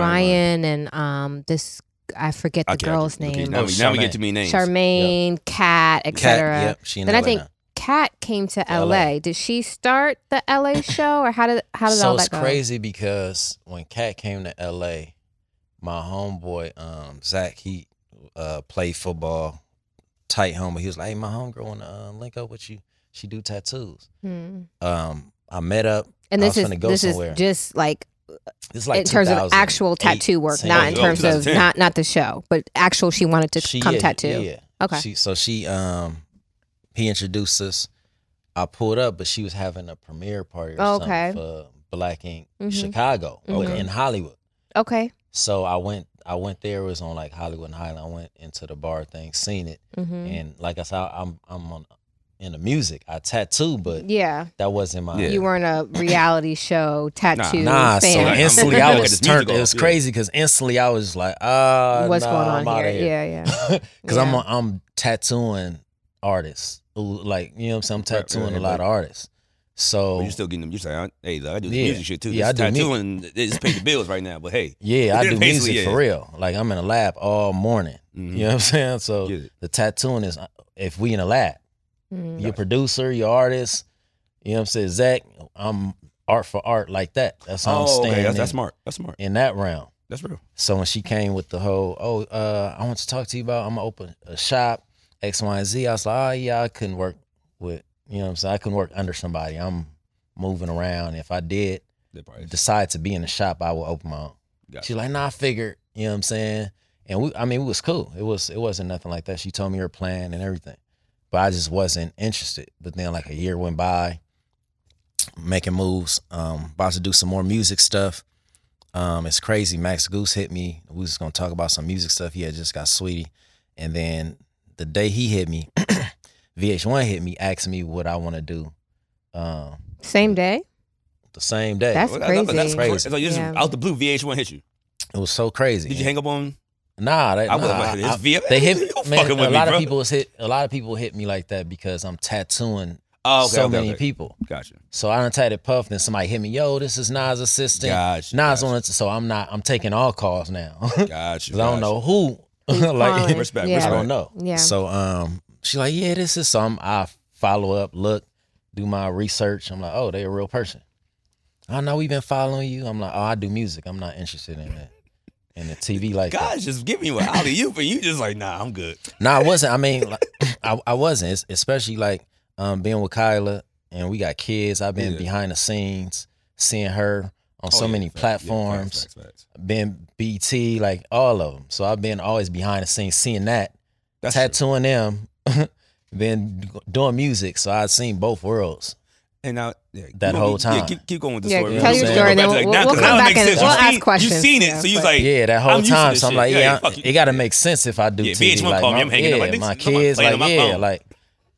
S3: Ryan.
S1: and um this I forget the
S3: Okay, I
S1: girl's
S3: can- okay,
S1: name,
S3: Now, we, now we get to me names.
S1: Charmaine, Cat, etc.
S2: Cat, yep, she in
S1: Then I
S2: LA
S1: think
S2: now.
S1: Kat came to
S2: LA.
S1: LA. Did she start the LA show, or how did how did
S2: so
S1: all
S2: it's
S1: that go?
S2: crazy because when Cat came to LA, my homeboy um Zach he uh played football, tight homeboy. He was like, "Hey, my homegirl want to um, link up with you. She do tattoos."
S1: Hmm.
S2: Um, I met up.
S1: And
S2: I
S1: this
S2: was
S1: is
S2: finna go
S1: this
S2: somewhere.
S1: is just like,
S2: This is like
S1: in terms of
S2: 2008,
S1: actual tattoo work,
S2: 10.
S1: not in
S3: Oh,
S1: terms of
S3: 2010.
S1: not not the show, but actual. She wanted to
S2: She-
S1: come
S2: yeah,
S1: tattoo.
S2: Yeah.
S1: Okay.
S2: She, so she um he introduced us. I pulled up, but she was having a premiere party or
S1: Oh, Okay.
S2: something for Black Ink
S1: Mhm.
S2: Chicago
S1: Mhm.
S2: in Hollywood.
S1: Okay.
S2: So I went I went there, it was on like Hollywood and Highland. I went into the bar thing, seen it.
S1: hmm
S2: And like I said, I'm I'm on in the music. I tattoo, but
S1: Yeah.
S2: that wasn't my
S3: Yeah.
S1: you weren't a reality show tattoo
S2: Nah, so
S1: fan.
S3: Like, I'm
S2: instantly
S3: gonna
S2: I
S3: look at
S2: was
S3: this
S2: turned.
S3: music
S2: It
S3: off,
S2: was
S3: yeah.
S2: crazy because instantly I was like, ah,
S1: What's
S2: nah,
S1: going on
S2: I'm outta
S1: here?
S2: here.
S1: Yeah, yeah.
S2: Because I'm
S1: Yeah.
S2: a, I'm tattooing artists, who, like you know, what I'm saying I'm
S3: Right, right,
S2: tattooing a
S3: right,
S2: lot of artists. So
S3: But you still getting them. You say, I- hey, look, I do this
S2: Yeah.
S3: music shit too.
S2: Yeah,
S3: this
S2: I do
S3: tattoo and they just pay the bills right now. But hey,
S2: yeah, I do
S3: Basically,
S2: music
S3: yeah.
S2: for real. Like I'm in a lab all morning.
S3: mhm.
S2: You know what I'm saying? So
S3: Get it.
S2: the tattooing is uh, if we in a lab,
S1: Mm.
S2: your producer, your artist. You know what I'm saying, Zach. I'm art for art like that. That's how I'm
S3: Oh,
S2: staying
S3: okay. That's,
S2: in,
S3: that's smart. That's smart.
S2: in that realm.
S3: That's real.
S2: So when she came with the whole, oh, uh, I want to talk to you about, I'm gonna open a shop, X, Y, and Z. I was like, oh yeah, I couldn't work with, you know what I'm saying? I couldn't work under somebody. I'm moving around. If I did
S3: That probably is-
S2: decide to be in the shop, I will open my own.
S3: Gotcha.
S2: She's like, nah, I figured, you know what I'm saying? And we, I mean, it was cool. It was, it wasn't nothing like that. She told me her plan and everything, but I just wasn't interested. But then like a year went by, making moves, um, about to do some more music stuff. Um, it's crazy. Max Goose hit me. We was gonna talk about some music stuff. He had just got Sweetie, and then the day he hit me, VH1 hit me, asked me what I want to do. Um,
S1: Same day.
S2: the same day,
S1: That's
S3: Well,
S1: crazy.
S3: That's crazy.
S2: Crazy.
S3: So you just
S1: Yeah.
S3: out the blue, VH1 hit you.
S2: it was so crazy.
S3: Did you hang up on?
S2: Nah, that,
S3: I would
S2: nah,
S3: have.
S2: I-
S3: It's VH.
S2: They hit
S3: You
S2: man,
S3: fucking
S2: a
S3: with me,
S2: lot
S3: bro.
S2: of people was hit. A lot of people hit me like that because I'm tattooing
S3: Oh, okay,
S2: so
S3: okay,
S2: many
S3: okay.
S2: people.
S3: Gotcha.
S2: So I done tatted Puff, then somebody hit me. Yo, this is Nas' assistant.
S3: Gotcha.
S2: Nas
S3: gotcha,
S2: on it, so I'm not. I'm taking all calls now
S3: Gotcha.
S2: because
S3: Gotcha.
S2: I don't know who. like
S1: calling?
S3: Respect,
S1: Yeah.
S2: I
S3: respect.
S2: don't know.
S1: Yeah.
S2: So um, she like, yeah, this is some. I follow up, look, do my research. I'm like, oh, they a real person. I know we've been following you. I'm like, oh, I do music. I'm not interested in that. And the TV like that.
S3: God, just give me what alley you, but you just like, nah, I'm good.
S2: No, I wasn't. I mean, like, I, I wasn't. It's, especially like um, being with Kyla and we got kids. I've been
S3: Yeah.
S2: behind the scenes, seeing her on
S3: Oh,
S2: so
S3: yeah,
S2: many
S3: facts, yeah, facts,
S2: platforms,
S3: facts, facts.
S2: been BT, like all of them. So I've been always behind the scenes, seeing that,
S3: That's true.
S2: tattooing them, been doing music. So I've seen both worlds.
S3: And now yeah, keep
S2: That
S3: going-
S2: whole
S3: Yeah,
S2: time.
S3: keep, keep going with the
S1: Yeah,
S3: story.
S2: tell
S3: We
S2: your
S3: don't
S2: story,
S3: go back
S1: then
S3: to
S1: we'll-
S3: that now,
S1: we'll
S3: 'cause
S1: come
S3: now it
S1: back
S3: makes
S1: and
S3: sense.
S1: we'll
S3: You
S1: ask
S3: seen-
S1: questions,
S3: You seen it,
S1: yeah,
S3: so you was
S1: but-
S3: like,
S2: yeah, that
S3: I'm
S2: whole
S3: used to
S2: time.
S3: this
S2: So I'm
S3: shit.
S2: like,
S3: Yeah,
S2: yeah,
S3: fuck it.
S2: it got to make sense if I do
S3: Yeah,
S2: TV.
S3: VH1
S2: like,
S3: called me,
S2: my,
S3: I'm hanging up,
S2: yeah,
S3: like, nigga,
S2: my
S3: somebody playing
S2: kids, like,
S3: on my
S2: yeah,
S3: phone.
S2: like,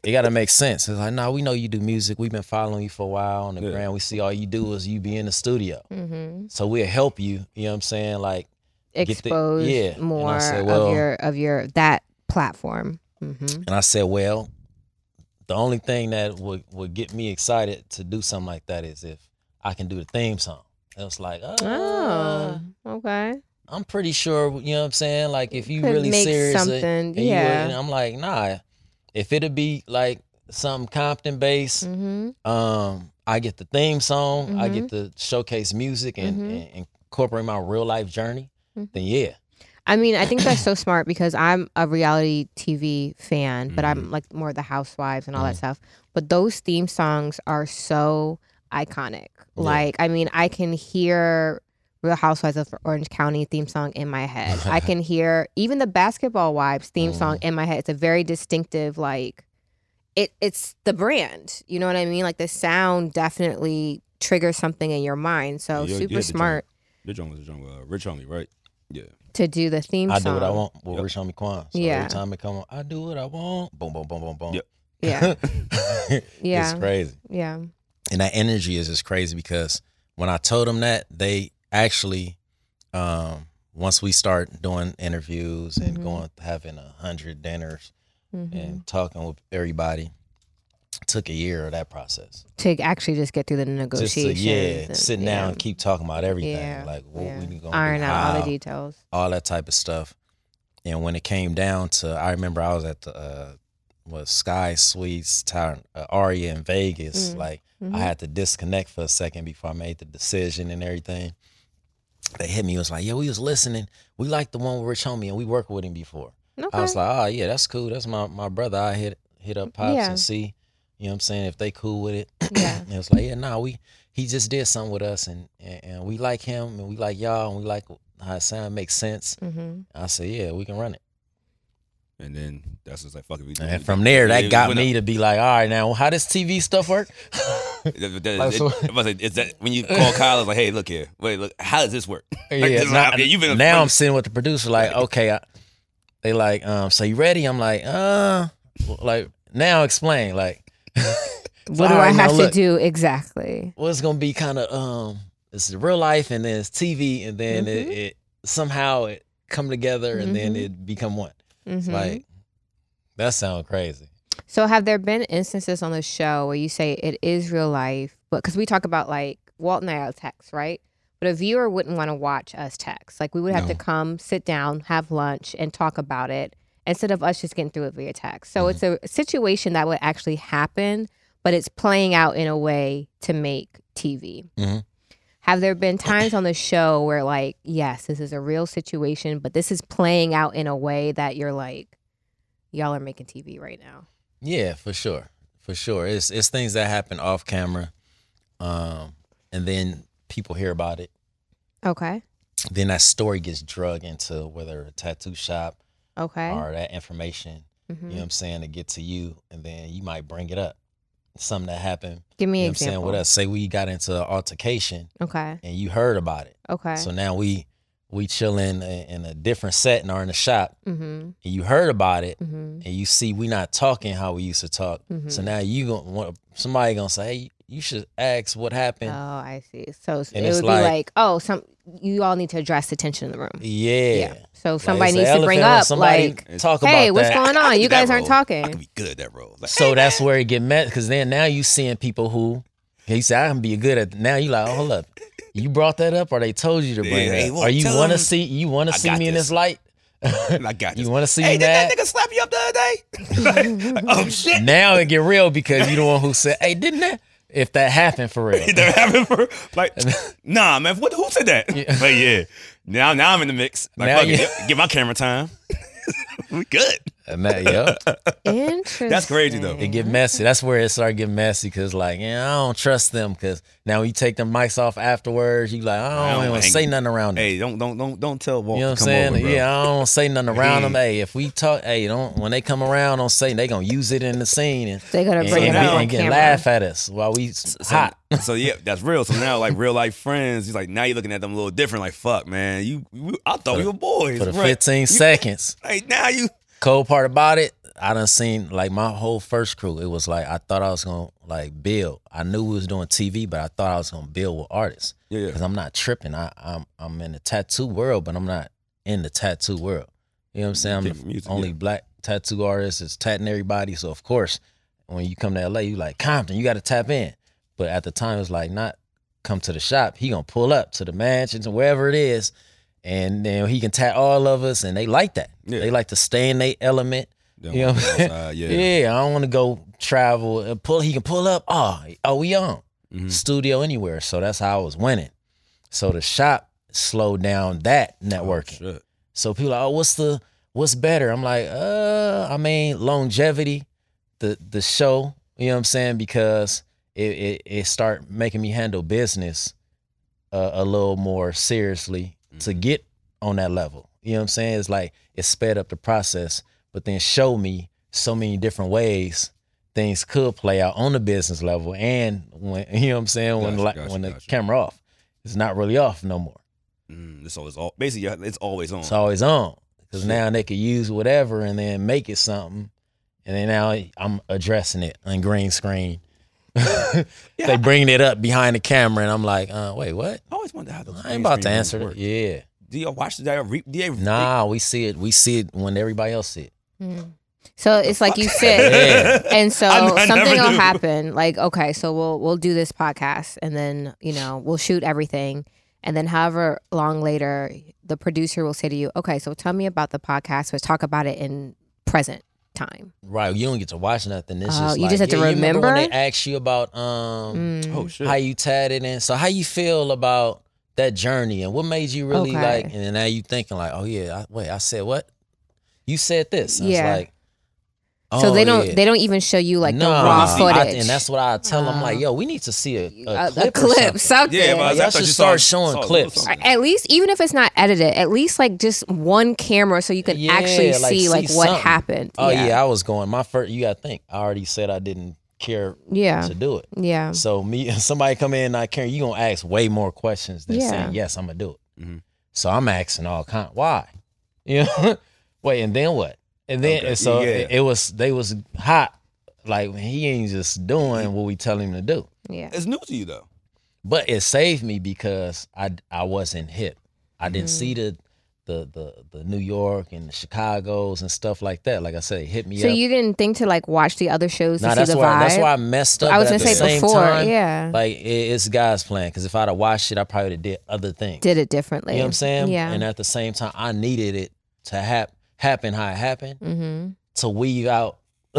S2: it got to make sense. It's like, nah, we know you do music. We've been following you for a while on the
S3: Yeah.
S2: ground. We see all you do is you be in the studio.
S1: hmm
S2: So we'll help you. You know what I'm saying? Like, the-
S1: Expose
S2: yeah, and I
S1: more
S2: said, well-
S1: of your of your that platform. Mm-hmm.
S2: and I said, well, the only thing that would would get me excited to do something like that is if I can do the theme song. And it's like, oh,
S1: Oh, okay.
S2: I'm pretty sure. You know what I'm saying? Like, if you
S1: Could
S2: really
S1: make
S2: serious, uh,
S1: something,
S2: and you-
S1: yeah.
S2: and I'm like, nah. If it'd be like something Compton based,
S1: Mm-hmm.
S2: um, I get the theme song, I
S1: Mhm.
S2: get to showcase music and,
S1: Mhm.
S2: and incorporate my real life journey,
S1: Mhm.
S2: then yeah,
S1: I mean, I think that's so smart because I'm a reality TV fan, but
S2: Mm-hmm.
S1: I'm like more the housewives and all that stuff. But those theme songs are so iconic.
S2: Yeah.
S1: Like, I mean, I can hear Real Housewives of Orange County theme song in my head. I can
S2: Mm.
S1: hear even the Basketball Wives theme song in my head. It's a very distinctive, like, it it's the brand. You know what I mean? Like the sound definitely triggers something in your mind. So
S3: Yeah, you-
S1: super
S3: you had to join.
S1: smart
S3: Your joint was a joint with uh, Rich Homie, right? Yeah.
S1: to do the theme
S2: I
S1: song.
S2: do what I want with
S3: Yep.
S2: Rich Homie Quan. So
S1: Yeah.
S2: every time it come on, I do what I want. Boom, boom, boom, boom, boom.
S3: Yep.
S1: Yeah,
S2: It's
S1: yeah,
S2: crazy.
S1: yeah.
S2: and that energy is just crazy because when I told them that, they actually, um, once we start doing interviews and
S1: Mhm.
S2: going having a hundred dinners
S1: Mhm.
S2: and talking with everybody, took a year of that process.
S1: To actually just get through the
S2: Just
S1: negotiations.
S2: to, yeah,
S1: and-
S2: sitting
S1: yeah,
S2: down and keep talking about everything,
S1: Yeah,
S2: like what
S1: yeah.
S2: we gonna
S1: iron
S2: do,
S1: out all
S2: how,
S1: the details.
S2: all that type of stuff. And when it came down to, I remember I was at the uh, was Sky Suites Tower uh, Aria in Vegas,
S1: Mm.
S2: like.
S1: Mhm.
S2: I had to disconnect for a second before I made the decision and everything. They hit me. It was like, yeah, we was listening. We like the one with Rich Homie, and we worked with him before.
S1: Mm-hmm. okay.
S2: I was like, oh yeah, that's cool. That's my my brother. I hit hit up pops
S1: Yeah.
S2: and see, you know what I'm saying, if they cool with it.
S1: Yeah.
S2: And it was like, yeah, nah, we he just did something with us, and and, and we like him, and we like y'all, and we like how it sound makes sense.
S1: mm-hmm.
S2: I said, yeah, we can run it.
S3: And then that's just like fuck it. we-
S2: And from there,
S3: Yeah,
S2: that
S3: it
S2: got
S3: went
S2: me
S3: up.
S2: to be like, all right, now how does TV stuff work?
S3: That- that-
S2: Like,
S3: it-
S2: so-
S3: I was like, is that when you call Kyle? It's like, hey, look here. Wait, look. How does this work?
S2: Yeah,
S3: this is
S2: now,
S3: how- yeah, you've been a
S2: now
S3: friend.
S2: I'm sitting with the producer, like, okay, I, they like, um, so you ready? I'm like, uh, like now explain, like,
S1: What do
S2: All
S1: I
S2: right, now
S1: have to
S2: look.
S1: do exactly?
S2: well, it's gonna be kind of, um, it's the real life, and then it's TV, and then it,
S1: Mhm.
S2: it somehow it come together, and then
S1: Mhm.
S2: it become one. It's
S1: Mhm.
S2: like that sound crazy.
S1: So, have there been instances on the show where you say it is real life, but because we talk about like Walt and I will text, right? But a viewer wouldn't want to watch us text. Like we would have to
S3: No.
S1: come, sit down, have lunch, and talk about it instead of us just getting through it via text. So it's a situation that would actually happen, but it's playing out in a way to make TV.
S2: Mhm.
S1: Have there been times on the show where like, yes, this is a real situation, but this is playing out in a way that you're like, y'all are making TV right now.
S2: Yeah, for sure, for sure. It's it's things that happen off camera, um, and then people hear about it.
S1: Okay.
S2: then that story gets drug into whether a tattoo shop
S1: Okay.
S2: or that information,
S1: Mhm.
S2: you know what I'm saying, to get to you. And then you might bring it up. Something that happened,
S1: Give me
S2: you know
S1: an
S2: what I'm saying,
S1: example.
S2: with us. Say we got into an altercation
S1: Okay.
S2: and you heard about it.
S1: Okay.
S2: So now we we chilling in, in a different setting or in a shop
S1: mm-hmm.
S2: and you heard about it
S1: Mm-hmm.
S2: and you see we not talking how we used to talk.
S1: Mhm.
S2: So now you gonna want somebody gonna say, Hey, you should ask what happened.
S1: Oh, I see. So s-
S2: And
S1: it
S2: it's
S1: would be
S2: like-
S1: like, oh, some you all need to address the tension in the room.
S2: yeah.
S1: So
S2: Like,
S1: somebody
S2: it's an
S1: needs to bring
S2: elephant room.
S1: up
S2: Somebody
S1: like,
S2: talk
S1: hey,
S2: about
S1: what's
S2: that.
S1: going
S3: I
S1: on?
S3: could
S1: You
S3: do that
S1: guys aren't
S3: role. I could
S1: talking.
S3: be good at that role. Like,
S2: So that's where it get met because then now you seeing people who he said I can be good at. Now you like oh, hold up, you brought that up or they told you to bring
S3: Yeah,
S2: it
S3: hey,
S2: up
S3: well,
S2: or you
S3: tell
S2: want to
S3: them-
S2: see you want
S3: I
S2: to see
S3: got
S2: me in
S3: this.
S2: this light.
S3: I got this.
S2: You want to see
S3: Hey,
S2: me
S3: did that
S2: mad?
S3: nigga slap you up the other day? Like, oh shit!
S2: Now it get real because you the one who said hey didn't that if that happened for real.
S3: That happened for like, nah, man. What? Who said that? But yeah, now now I'm in the mix. Like,
S2: Now
S3: fuck it,
S2: you-
S3: get- get my camera time. we good.
S2: And that, yeah,
S1: Interesting.
S3: crazy, though.
S2: it get messy. That's where it started getting messy because like yeah I don't trust them because now you take the mics off afterwards you like I don't,
S3: don't
S2: want to
S3: hang-
S2: say nothing around them.
S3: Hey, don't don't don't don't tell Walt.
S2: You know
S3: to
S2: what I'm saying?
S3: come Over, bro.
S2: yeah, I don't say nothing around them.
S3: Yeah.
S2: Hey, if we talk, hey, don't when they come around, don't say they gonna use it in the scene and,
S1: They're gonna
S2: and,
S1: bring
S2: and,
S1: it
S2: we-
S1: up on
S2: and get
S1: camera.
S2: laugh at us while we
S3: So,
S2: hot.
S3: so yeah, that's real. So now like real life friends, he's like now you're looking at them a little different. Like fuck, man, you, you I thought we were boys.
S2: For the
S3: bro.
S2: 15
S3: You-
S2: seconds,
S3: Like now you
S2: cold part about it, I done seen like my whole first crew. It was like I thought I was gonna like build. I knew we was doing TV, but I thought I was gonna build with artists
S3: yeah, yeah.
S2: because I'm not tripping. I, I'm I'm in the tattoo world, but I'm not in the tattoo world. You know what I'm saying? I'm the
S3: Different music,
S2: only
S3: yeah.
S2: black tattoo artist is tatting everybody. So of course, when you come to LA, you like Compton, you got to tap in. But at the time, it was like not come to the shop. He gonna pull up to the mansions and wherever it is, and then he can tat all of us, and they like that.
S3: Yeah.
S2: They like to stay in their element.
S3: Them
S2: You know what I'm saying?
S3: outside,
S2: Yeah,
S3: yeah.
S2: I don't want to go travel. and Pull, he can pull up. Oh, oh, we on
S3: Mhm.
S2: studio anywhere. So that's how I was winning. So the shop slowed down that networking.
S3: Oh, shit.
S2: So people are, oh, what's the what's better? I'm like, uh, I mean, longevity, the the show, you know what I'm saying? Because it it, it start making me handle business uh, a little more seriously to
S3: Mm-hmm.
S2: get on that level. You know what I'm saying? It's like it sped up the process, but then showed me so many different ways things could play out on the business level and when you know what I'm saying when
S3: Gotcha,
S2: like
S3: gotcha,
S2: when the
S3: gotcha.
S2: camera off, it's not really off no more.
S3: Mm, it's always all basically yeah, it's always on.
S2: It's always on because
S3: Shit.
S2: now they could use whatever and then make it something, and then now I'm addressing it on green screen. They bringing it up behind the camera, and I'm like, uh, wait, what?
S3: I always wonder how those.
S2: I ain't about to
S3: green screen
S2: answer
S3: rooms
S2: it. Yeah,
S3: work. Do y'all watch the do y'all re- do they-
S2: nah, we see it. We see it when everybody else see it.
S1: Mm. So it's like you sit,
S2: Yeah,
S1: and so
S3: I- I
S1: something
S3: never
S1: will
S3: knew.
S1: happen. Like, okay, so we'll we'll do this podcast, and then you know we'll shoot everything, and then however long later, the producer will say to you, okay, so tell me about the podcast. Let's talk about it in present time.
S2: right. You don't get to watch nothing. It's
S1: Oh,
S2: just
S1: you
S2: like-
S1: just have to
S2: yeah, you when they
S1: remember?
S2: ask you about um.
S1: Mm.
S3: Oh shit!
S2: how you tatted and so how you feel about that journey and what made you really
S1: Okay.
S2: like and then now you thinking like oh yeah I, wait I said what you said this and
S1: Yeah.
S2: it's like
S1: so
S2: oh,
S1: they don't
S2: yeah.
S1: they don't even show you like the
S2: Nah,
S1: raw
S2: I-
S1: footage
S2: and that's what I tell them like
S1: Oh.
S2: yo we need to see a, a,
S1: a, a
S2: clip, or
S1: clip,
S2: something.
S1: something.
S3: Yeah, but I
S2: Y'all
S3: was- I thought
S2: should
S3: you
S2: start
S3: saw-
S2: showing
S3: saw a little
S2: clips.
S3: something.
S1: Or at least even if it's not edited at least like just one camera so you can
S2: Yeah,
S1: actually
S2: like,
S1: see
S2: see
S1: like what
S2: something.
S1: happened
S2: oh yeah. I was going my first you gotta think I already said I didn't care
S1: yeah
S2: to do it
S1: yeah
S2: so me somebody come in not caring you gonna ask way more questions than
S1: Yeah.
S2: saying yes I'm gonna do it
S3: Mhm.
S2: So I'm asking all kind. Why? You know. Wait, and then what? And then
S3: Okay,
S2: and so
S3: yeah.
S2: it, it was they was hot. Like he ain't just doing what we tell him to do.
S1: yeah
S3: It's new to you though.
S2: But it saved me because I I wasn't hip. I didn't
S1: Mm.
S2: see the the the the New York and the Chicago's and stuff like that. Like I said, it hit me
S1: so
S2: up.
S1: you didn't think to like watch the other shows
S2: Nah,
S1: to see
S2: that's
S1: the
S2: why
S1: vibe
S2: that's why I messed up.
S1: I was
S2: but
S1: gonna
S2: at the
S1: say
S2: same
S1: before
S2: time,
S1: yeah
S2: Like it, it's God's plan. Because if I'd have watched it, I probably would have did other things.
S1: did it differently
S2: You know what I'm saying?
S1: yeah
S2: And at the same time, I needed it to hap- happen how it happened
S1: mm-hmm.
S2: to weed out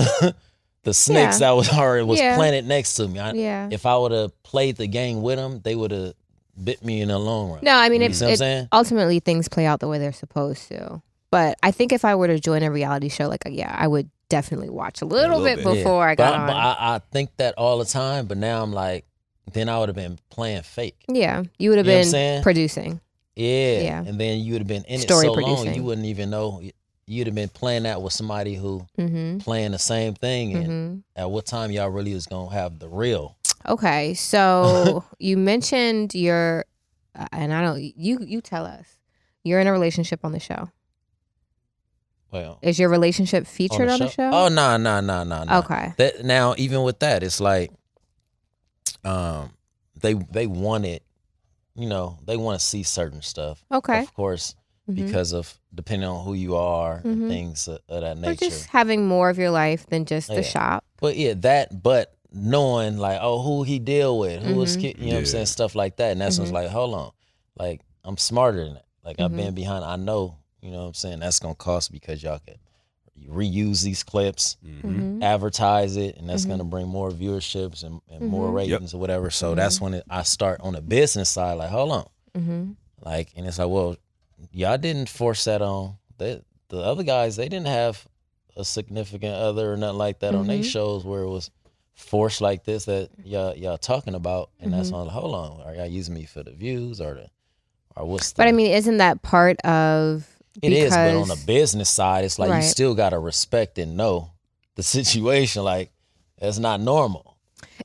S2: the snakes that was already was
S1: Yeah.
S2: planted next to me. I,
S1: yeah
S2: If I would have played the game with them, they would have bit me in the long run.
S1: no I mean
S2: you
S1: it,
S2: know what I'm
S1: it
S2: saying?
S1: ultimately things play out the way they're supposed to but I think if I were to join a reality show like yeah I would definitely watch a little,
S3: little
S1: bit,
S3: bit.
S2: Yeah.
S1: before I
S2: But
S1: got
S2: I,
S1: on
S2: but I, I think that all the time. But now I'm like, then I would have been playing fake.
S1: yeah you would have
S2: You know
S1: been
S2: what I'm saying?
S1: producing
S2: Yeah.
S1: Yeah.
S2: And then you would have been in
S1: Story
S2: it so long,
S1: producing.
S2: you wouldn't even know. You'd have been playing that with somebody who
S1: mm-hmm.
S2: playing the same thing, and
S1: Mm-hmm.
S2: at what time y'all really was gonna have the real?
S1: Okay, so you mentioned your, uh, and I don't. You you tell us. You're in a relationship on the show.
S2: Well,
S1: Is your relationship
S2: on
S1: featured on the show?
S2: Oh no no no no no.
S1: Okay.
S2: That now even with that, it's like, um, they they wanted, you know, they want to see certain stuff.
S1: Okay.
S2: Of course,
S1: Mhm.
S2: because of depending on who you are
S1: Mhm.
S2: and things of, of that
S1: We're
S2: nature.
S1: just having more of your life than just the
S2: Yeah.
S1: shop.
S2: But yeah, that but knowing like oh who he deal with, who was
S1: Mhm.
S2: kid, you know what I'm
S3: Yeah.
S2: saying, stuff like that. And that's when it's
S1: Mhm.
S2: like, hold on, like I'm smarter than that. Like
S1: Mhm.
S2: I've been behind. I know, you know what I'm saying. That's gonna cost because y'all could reuse these clips.
S1: Mhm.
S2: advertise it and that's
S1: Mhm.
S2: going to bring more vierships and, and more
S1: Mhm.
S3: Yep.
S2: ratings or whatever so that's when it, i start on the business side like hold on
S1: Mm-hmm.
S2: like and it's like well y'all didn't force that on they, the other guys they didn't have a significant other or nothing like that on their
S1: Mhm.
S2: shows where it was forced like this that y'all y'all talking about and that's
S1: Mm-hmm.
S2: on hold on are y'all using me for the views or the or what's the,
S1: But I mean, isn't that part of?
S2: it is, but on
S1: because-
S2: the business side, it's like
S1: Right.
S2: you still gotta respect and know the situation. Like that's not normal.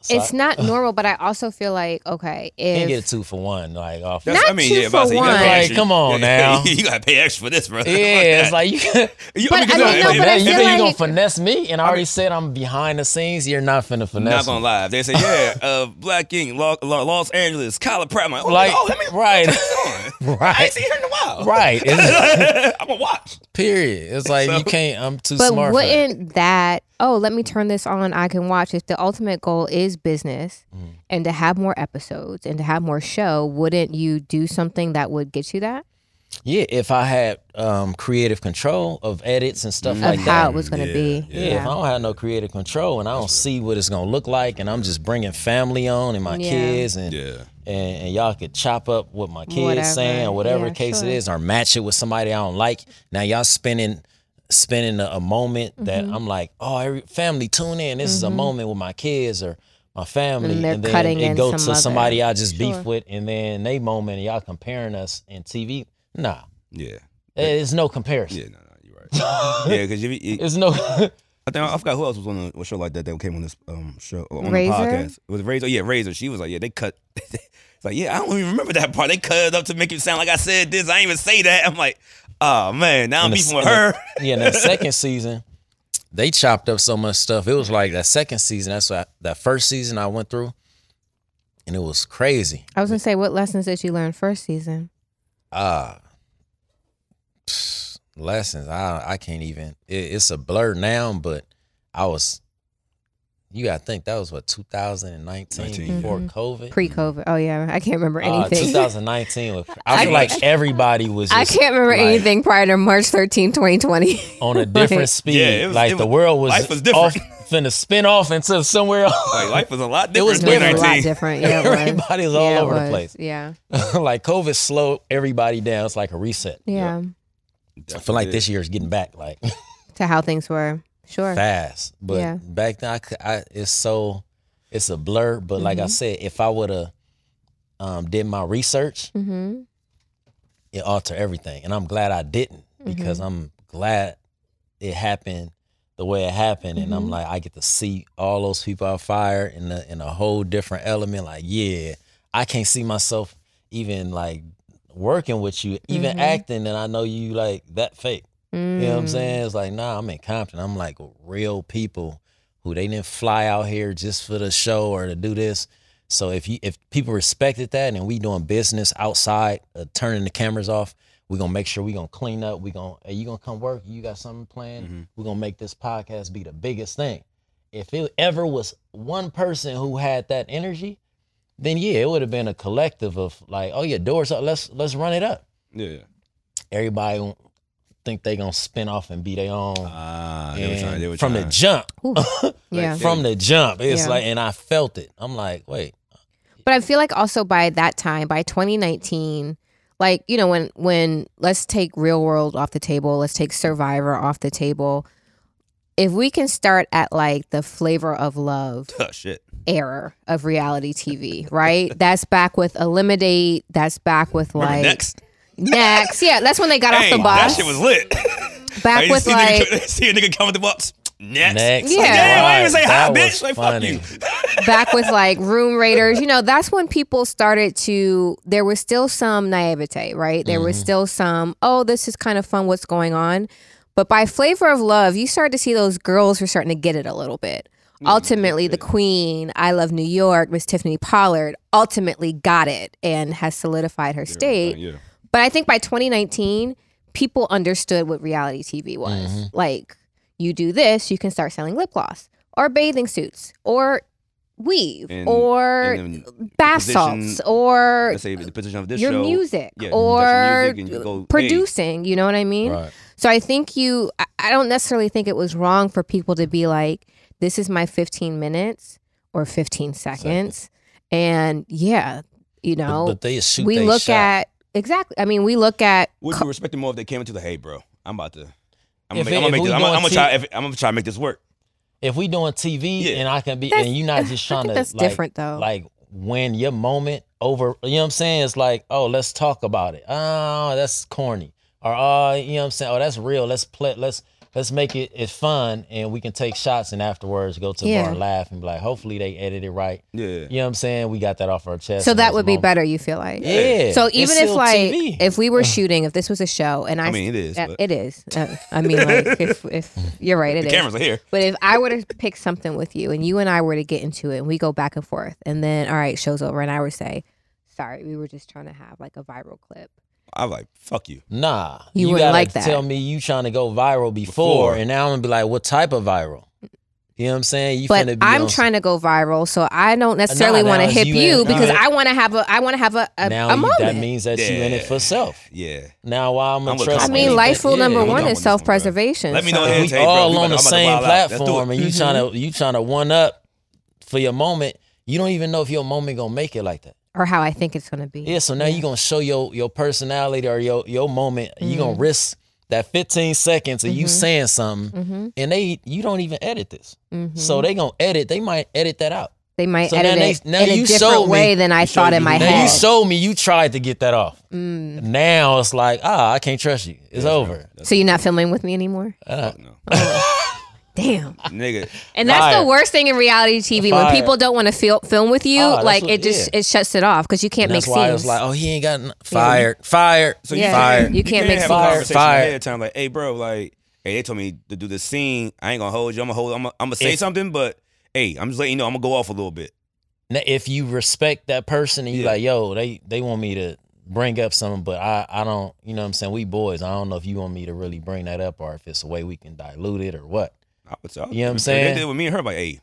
S2: So
S1: It's
S2: I,
S1: not normal, but I also feel like okay,
S2: can't get a
S1: if
S2: two for one. Like off.
S3: That's-
S1: Not
S3: I mean,
S1: two
S3: yeah, but I
S1: for
S3: say you gotta
S1: one.
S3: pay
S1: Like,
S3: extra.
S2: come on now.
S3: you gotta pay extra for this, bro.
S2: yeah, it's like you.
S3: You,
S1: But, I mean,
S3: you know,
S1: no,
S3: if-
S1: but I
S2: you
S3: if
S1: feel
S2: think you gonna
S1: like-
S2: finesse me? And I
S3: I
S2: already
S3: mean-
S2: said I'm behind the scenes. You're not finna
S3: Not
S2: finesse.
S3: gonna
S2: me.
S3: lie. They say, yeah, uh, Black King, Lo- Lo- Los Angeles, Kyla Pratt. I'm like, oh,
S2: Like
S3: oh, let me.
S2: right,
S3: I ain't
S2: right,
S3: seen her in a while.
S2: right. It's,
S3: I'm gonna watch.
S2: period. It's like
S3: So-
S2: you can't. I'm too
S1: But
S2: smart. for that.
S1: wouldn't that, oh, let me turn this on, I can watch. If the ultimate goal is business
S2: Mhm.
S1: and to have more episodes and to have more show, wouldn't you do something that would get you that?
S2: Yeah, if I had um, creative control of edits and stuff
S1: Mm. Of
S2: like that.
S1: how it was going to
S3: Yeah,
S1: be.
S2: Yeah, if I don't have no creative control and I don't see what it's gonna look like, and I'm just bringing family on and my
S1: Yeah.
S2: kids, and,
S3: Yeah.
S2: and and y'all could chop up what my kids
S1: Whatever.
S2: saying, or whatever
S1: Yeah,
S2: the case
S1: sure.
S2: it is, or match it with somebody I don't like. Now y'all spending spending a, a moment that
S1: Mm-hmm.
S2: I'm like, oh, every, family, tune in. This is a moment with my kids or my family,
S1: And they're
S2: then
S1: cutting
S2: it
S1: in
S2: go
S1: some
S2: to
S1: other-
S2: somebody I just
S1: Sure.
S2: beef with, and then they moment, and y'all comparing us in TV. Nah,
S3: Yeah.
S2: there's no comparison.
S3: Yeah. No. No. You're right. yeah, because you, you,
S2: There's no.
S3: I think I forgot who else was on a, a show like that that came on this um show on
S1: Razor?
S3: the podcast. It was Razor, yeah, Razor. She was like, yeah, they cut. it's like, yeah, I don't even remember that part. They cut it up to make it sound like I said this. I didn't even say that. I'm like, oh man, now I'm
S2: And the-
S3: beefing with her.
S2: and Yeah, and the second season, they chopped up so much stuff. It was like that second season. That's what I, that first season I went through, and it was crazy.
S1: I was gonna say, what lessons did you learn first season?
S2: Ah, pfft, lessons. I I can't even. It, it's a blur now, but I was. You gotta think that was what 2019
S3: 19,
S2: before COVID.
S1: Pre-COVID. Oh yeah, I can't remember
S2: Uh,
S1: Mm-hmm. anything.
S2: 2019. was- I feel
S1: I-
S2: like everybody was.
S1: I
S2: just,
S1: can't remember
S2: like,
S1: anything prior to March 13, 2020.
S2: on a different
S1: Like-
S2: speed.
S3: Yeah, it was-
S2: like
S3: it
S2: the
S3: was-
S2: world was,
S3: life was different.
S2: off finna spin off into somewhere else.
S3: Like life was a lot
S2: It
S3: different.
S2: was
S3: in
S1: It was a lot
S3: 2019.
S1: different. Yeah, it was.
S2: Everybody's all
S1: Yeah, it
S2: over the
S1: was.
S2: place.
S1: Yeah.
S2: like COVID slowed everybody down. It's like a reset.
S1: Yeah.
S2: I feel like this year is getting back like
S1: To how things were. Sure.
S2: fast. But
S1: Yeah.
S2: back then, I, cou- I it's so it's a blur. But like I said, if I would have um, did my research,
S1: Mm-hmm.
S2: it altered everything, and I'm glad I didn't because I'm glad it happened the way it happened, and I'm like I get to see all those people I fired in a, in a whole different element. Like, yeah, I can't see myself even like working with you, even acting, and I know you like that fake. You know
S1: Mm.
S2: what I'm saying? It's like, nah, I'm in Compton. I'm like with real people who they didn't fly out here just for the show or to do this. So if you if people respected that and we doing business outside, uh, turning the cameras off, we gonna make sure we gonna clean up. We gonna hey, you gonna come work? You got something planned? we gonna make this podcast be the biggest thing. If it ever was one person who had that energy, then yeah, it would have been a collective of like, oh yeah, doors up, let's let's run it up.
S3: Yeah.
S2: Everybody gon- think they gonna spin off and be their own.
S3: Ah,
S2: And from the jump,
S1: Yeah.
S2: from the jump, it's
S1: Yeah.
S2: like, and I felt it. I'm like, wait,
S1: But I feel like also by that time, by 2019, like you know when when let's take Real World off the table, let's take Survivor off the table. If we can start at like the flavor of love
S3: oh, shit.
S1: era of reality TV, right? That's back with Eliminate. That's back with
S3: Remember
S1: like
S3: next.
S1: Next. Yeah, that's when they got
S3: Hey,
S1: off the
S3: that
S1: bus.
S3: shit was lit. I
S1: back
S3: used
S1: with
S3: to see, a
S1: like
S3: nigga, see a nigga come with the box. Next.
S2: next,
S1: Yeah.
S3: Damn, I
S2: right,
S3: didn't even say hi,
S2: that was
S3: bitch. Like, fuck
S2: funny.
S3: you.
S1: back with like room raiders you know that's when people started to there was still some naivete right there
S3: Mm-hmm.
S1: was still some oh this is kind of fun what's going on but by flavor of love you started to see those girls were starting to get it a little bit
S3: Mm,
S1: ultimately the queen i love new york miss tiffany pollard ultimately got it and has solidified her state
S3: Yeah.
S1: but I think by 2019, people understood what reality TV was.
S3: Mm-hmm.
S1: Like, you do this, you can start selling lip gloss or bathing suits or weave
S3: And-
S1: or
S3: and then
S1: bath
S3: position-
S1: salts or
S3: Let's say the position of this
S1: your
S3: show.
S1: music
S3: yeah, you can touch
S1: or
S3: your music and you go, hey.
S1: producing. You know what I mean?
S2: Right.
S1: So I think you, I- I don't necessarily think it was wrong for people to be like, this is my 15 minutes or 15 seconds. And yeah, you
S2: But-
S1: know,
S2: but, they shoot.
S1: we
S2: they
S1: look
S2: shot.
S1: at, exactly. I mean, we look at
S3: Would you respect them more if they came into the hey, bro? I'm about to. I'm gonna
S2: If
S3: make,
S2: it-
S3: I'm gonna
S2: if
S3: make
S2: we
S3: this.
S2: going
S3: I'm gonna, I'm gonna
S2: to-
S3: try. If, I'm gonna try to make this work.
S2: if we doing TV
S3: Yeah.
S2: and I can be,
S1: That's-
S2: and you're not just
S1: I
S2: trying
S1: think
S2: to
S1: that's
S2: like,
S1: different, though.
S2: like win your moment over. You know what I'm saying? It's like, oh, let's talk about it. Oh, that's corny. Or oh, you know what I'm saying? Oh, that's real. Let's play. Let's let's make it it's fun, and we can take shots, and afterwards go to the
S1: Yeah.
S2: bar and laugh and be like, hopefully they edit it right.
S3: Yeah.
S2: You know what I'm saying? We got that off our chest.
S1: So
S2: and
S1: that
S2: it's a
S1: would be
S2: moment.
S1: better, you feel like.
S2: Yeah.
S1: So
S2: It's
S1: even if
S2: still
S1: like
S2: TV.
S1: if we were shooting, if this was a show, and I,
S3: I mean, it is,
S1: uh,
S3: but-
S1: it is. Uh, I mean, like if if you're right, it
S3: The
S1: is.
S3: cameras are here.
S1: But if I were to pick something with you, and you and I were to get into it, and we go back and forth, and then all right, show's over, and I would say, sorry, we were just trying to have like a viral clip.
S3: I'm like, fuck you.
S2: Nah,
S1: You wouldn't
S2: gotta
S1: like that.
S2: Tell me you trying to go viral before,
S3: Before.
S2: and now I'm gonna be like, what type of viral? You know what I'm saying? You
S1: But
S2: finna be
S1: I'm
S2: on-
S1: trying to go viral, so I don't necessarily
S2: now
S1: want to
S2: it's
S1: hit
S2: you
S1: you,
S2: and-
S1: because
S2: nah.
S1: I want to have a I want to have a a,
S2: now.
S1: a
S2: you-
S1: moment.
S2: that means that you in it for
S3: Yeah.
S2: self.
S3: Yeah.
S2: Now, why I'm
S3: I'm
S2: gonna
S3: with
S2: trust?
S1: I
S3: Compton.
S1: mean,
S2: anything?
S1: life rule
S2: Yeah.
S1: number
S3: I'm with
S1: one
S3: Compton on
S1: is
S3: this one, bro.
S1: self preservation.
S3: Let me know
S2: If
S3: Hey,
S2: we
S3: hey, bro,
S2: all
S3: we
S2: on the
S3: about- I'm about to
S2: same
S3: wild out. Let's do
S2: platform,
S3: it.
S2: and you
S1: Mm-hmm.
S2: trying to you trying to one up for your moment. You don't even know if your moment gonna make it like that.
S1: or how I think it's gonna be.
S2: Yeah, so now you gonna show your your personality or your your moment. you
S1: Mm-hmm.
S2: gonna risk that 15 seconds of you saying something,
S1: Mm-hmm.
S2: and they you don't even edit this. So they gonna edit. They might edit that out.
S1: They might
S2: So
S1: edit
S2: now they-
S1: it
S2: now
S1: in a
S2: you showed
S1: different
S2: me-
S1: way than I Mm.
S3: you
S1: thought
S3: showed
S1: in
S3: me
S1: my
S3: the
S2: Now you
S1: head.
S3: difference.
S2: showed me you tried to get that off. Now it's like ah, I can't trust you. It's over.
S1: so you're not filming with me anymore?
S3: Fuck no.
S1: damn.
S3: nigga.
S1: And that's
S2: Fire.
S1: the worst thing in reality TV when
S2: Fire.
S1: people don't want to feel, film with you.
S2: Oh, that's
S1: like
S2: what-
S1: it just
S2: yeah.
S1: it shuts it off because you can't
S2: And
S1: make
S2: that's why I
S1: scenes.
S2: was like, oh, he ain't got n- fired, fired.
S3: So
S1: Yeah.
S3: you can't,
S1: You can't make
S3: have
S2: sense.
S3: a conversation
S2: Fire.
S3: ahead of time. Like, hey, bro, like, hey, they told me to do this scene. I ain't gonna hold you. I'm gonna hold. I'm gonna, I'm gonna say
S2: If-
S3: something, but hey, I'm just letting you know. I'm gonna go off a little bit.
S2: Now, if you respect that person and you
S3: Yeah.
S2: like, yo, they they want me to bring up something, but I I don't, you know what I'm saying? We boys, I don't know if you want me to really bring that up or if it's a way we can dilute it or what.
S3: I would tell
S2: You know what I'm saying?
S3: They did with me and her. Like, hey,